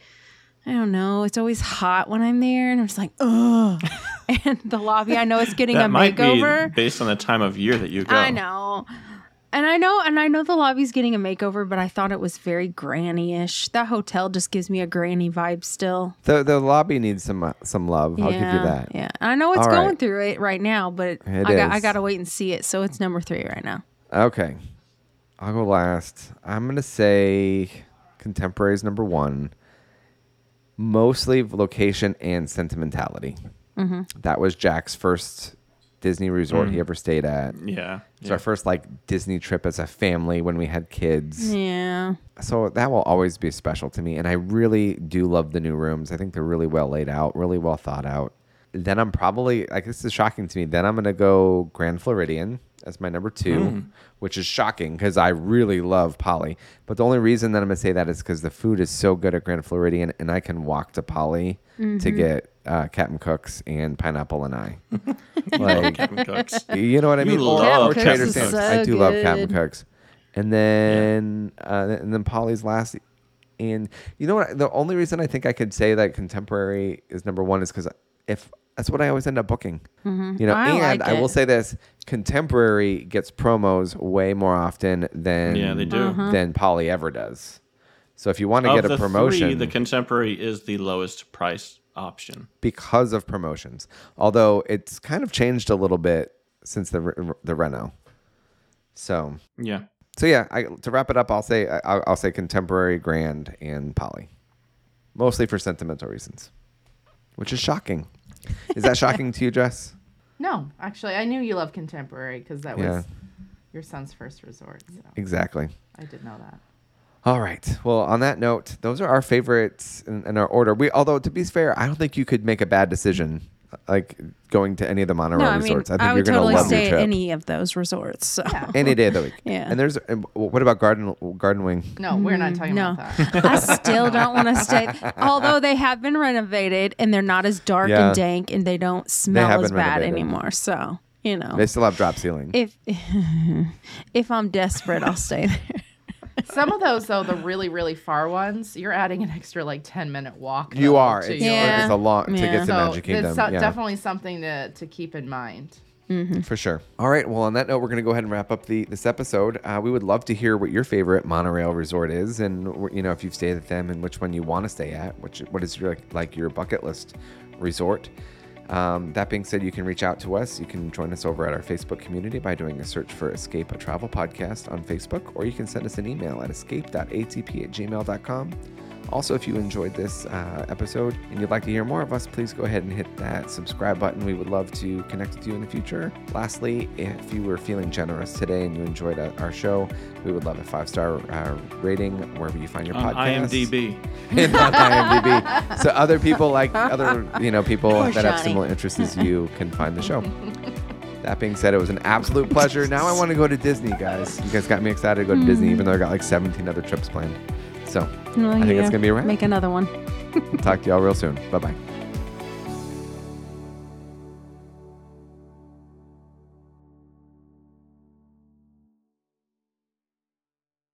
[SPEAKER 4] I don't know. It's always hot when I'm there, and I'm just like, ugh. and the lobby, I know it's getting a
[SPEAKER 3] that might
[SPEAKER 4] makeover.
[SPEAKER 3] be based on the time of year that you go.
[SPEAKER 4] I know. And I know, and I know the lobby's getting a makeover, but I thought it was very granny-ish. That hotel just gives me a granny vibe still.
[SPEAKER 1] The the lobby needs some uh, some love. I'll give you that.
[SPEAKER 4] Yeah, I know it's
[SPEAKER 1] All
[SPEAKER 4] going
[SPEAKER 1] right.
[SPEAKER 4] through it right now, but I
[SPEAKER 1] It
[SPEAKER 4] got, I
[SPEAKER 1] is.
[SPEAKER 4] got to wait and see it. So it's number three right now.
[SPEAKER 1] Okay. I'll go last. I'm going to say contemporary is number one, mostly location and sentimentality. That was Jack's first Disney resort he ever stayed at.
[SPEAKER 3] Yeah.
[SPEAKER 1] It's our first like Disney trip as a family when we had kids.
[SPEAKER 4] Yeah,
[SPEAKER 1] So that will always be special to me. And I really do love the new rooms. I think they're really well laid out, really well thought out. Then I'm probably, like, this is shocking to me. Then I'm going to go Grand Floridian as my number two, which is shocking because I really love Polly. But the only reason that I'm going to say that is because the food is so good at Grand Floridian and I can walk to Polly to get uh, Captain Cook's and Pineapple and I. like,
[SPEAKER 3] Captain Cook's.
[SPEAKER 1] you know what I
[SPEAKER 3] You
[SPEAKER 1] mean? Or-
[SPEAKER 3] love
[SPEAKER 1] or
[SPEAKER 3] Captain
[SPEAKER 1] Trader
[SPEAKER 3] Cook's.
[SPEAKER 1] Sam's.
[SPEAKER 4] So
[SPEAKER 1] I do love
[SPEAKER 4] good.
[SPEAKER 1] Captain Cook's. And then uh, and then Polly's last. And you know what? The only reason I think I could say that contemporary is number one is because if that's what I always end up booking.
[SPEAKER 3] Mm-hmm.
[SPEAKER 1] You know,
[SPEAKER 4] I
[SPEAKER 1] and
[SPEAKER 4] like
[SPEAKER 1] I will
[SPEAKER 4] it.
[SPEAKER 1] say this: contemporary gets promos way more often than
[SPEAKER 3] Yeah, they do. Uh-huh.
[SPEAKER 1] than Polly ever does. So if you want to
[SPEAKER 3] Of
[SPEAKER 1] get
[SPEAKER 3] the
[SPEAKER 1] a promotion,
[SPEAKER 3] three, the contemporary is the lowest price option.
[SPEAKER 1] because of promotions. Although it's kind of changed a little bit since the re- the Reno. So
[SPEAKER 3] Yeah.
[SPEAKER 1] so yeah, I, to wrap it up, I'll say I- I'll, I'll say contemporary, grand, and poly, mostly for sentimental reasons, which is shocking. Is that shocking to you, Jess?
[SPEAKER 2] No, actually, I knew you love contemporary because that
[SPEAKER 1] Yeah.
[SPEAKER 2] was your son's first resort. So
[SPEAKER 1] Exactly.
[SPEAKER 2] I did know that.
[SPEAKER 1] All right. Well, on that note, those are our favorites in, in our order. We, although to be fair, I don't think you could make a bad decision, like going to any of the monorail
[SPEAKER 4] no, I mean,
[SPEAKER 1] resorts.
[SPEAKER 4] I,
[SPEAKER 1] I think
[SPEAKER 4] would
[SPEAKER 1] you're going to
[SPEAKER 4] totally
[SPEAKER 1] love
[SPEAKER 4] stay
[SPEAKER 1] your
[SPEAKER 4] at
[SPEAKER 1] trip.
[SPEAKER 4] any of those resorts. So.
[SPEAKER 2] Yeah.
[SPEAKER 1] any day of the week.
[SPEAKER 4] Yeah.
[SPEAKER 1] And there's and what about garden garden wing?
[SPEAKER 2] No, we're not talking
[SPEAKER 4] Mm, No,
[SPEAKER 2] about that.
[SPEAKER 4] I still don't want to stay. Although they have been renovated and they're not as dark
[SPEAKER 1] Yeah.
[SPEAKER 4] and dank, and they don't smell
[SPEAKER 1] have
[SPEAKER 4] as
[SPEAKER 1] been
[SPEAKER 4] bad
[SPEAKER 1] renovated.
[SPEAKER 4] anymore. So you know,
[SPEAKER 1] They still have drop ceiling.
[SPEAKER 4] if if I'm desperate, I'll stay there.
[SPEAKER 2] Some of those though, the really really far ones, you're adding an extra like ten minute walk.
[SPEAKER 1] you
[SPEAKER 2] though,
[SPEAKER 1] are.
[SPEAKER 2] to
[SPEAKER 1] It's,
[SPEAKER 2] your-
[SPEAKER 4] Yeah.
[SPEAKER 1] it's a long to
[SPEAKER 4] Yeah.
[SPEAKER 1] get to
[SPEAKER 2] So
[SPEAKER 1] Magic
[SPEAKER 2] it's
[SPEAKER 1] Kingdom.
[SPEAKER 2] so-
[SPEAKER 1] yeah.
[SPEAKER 2] definitely something to to keep in mind.
[SPEAKER 4] Mm-hmm.
[SPEAKER 1] for sure. All right. Well, on that note, we're going to go ahead and wrap up the this episode. Uh, we would love to hear what your favorite monorail resort is, and you know if you've stayed at them, and which one you want to stay at. Which what is your like your bucket list resort? Um, that being said, you can reach out to us. You can join us over at our Facebook community by doing a search for Escape a Travel Podcast on Facebook, or you can send us an email at escape.atp at gmail.com. Also, if you enjoyed this uh, episode and you'd like to hear more of us, please go ahead and hit that subscribe button. We would love to connect with you in the future. Lastly, if you were feeling generous today and you enjoyed uh, our show, we would love a five star uh, rating wherever you find your
[SPEAKER 3] on
[SPEAKER 1] podcast.
[SPEAKER 3] IMDb.
[SPEAKER 1] Not IMDb. So other people like other you know people
[SPEAKER 4] Poor
[SPEAKER 1] that have
[SPEAKER 4] Johnny.
[SPEAKER 1] similar interests as you can find the show. That being said, it was an absolute pleasure. Now I want to go to Disney, guys. You guys got me excited to go to Disney, even though I got like 17 other trips planned. So I think that's gonna be a wrap.
[SPEAKER 4] Make another one.
[SPEAKER 1] Talk to y'all real soon. Bye bye.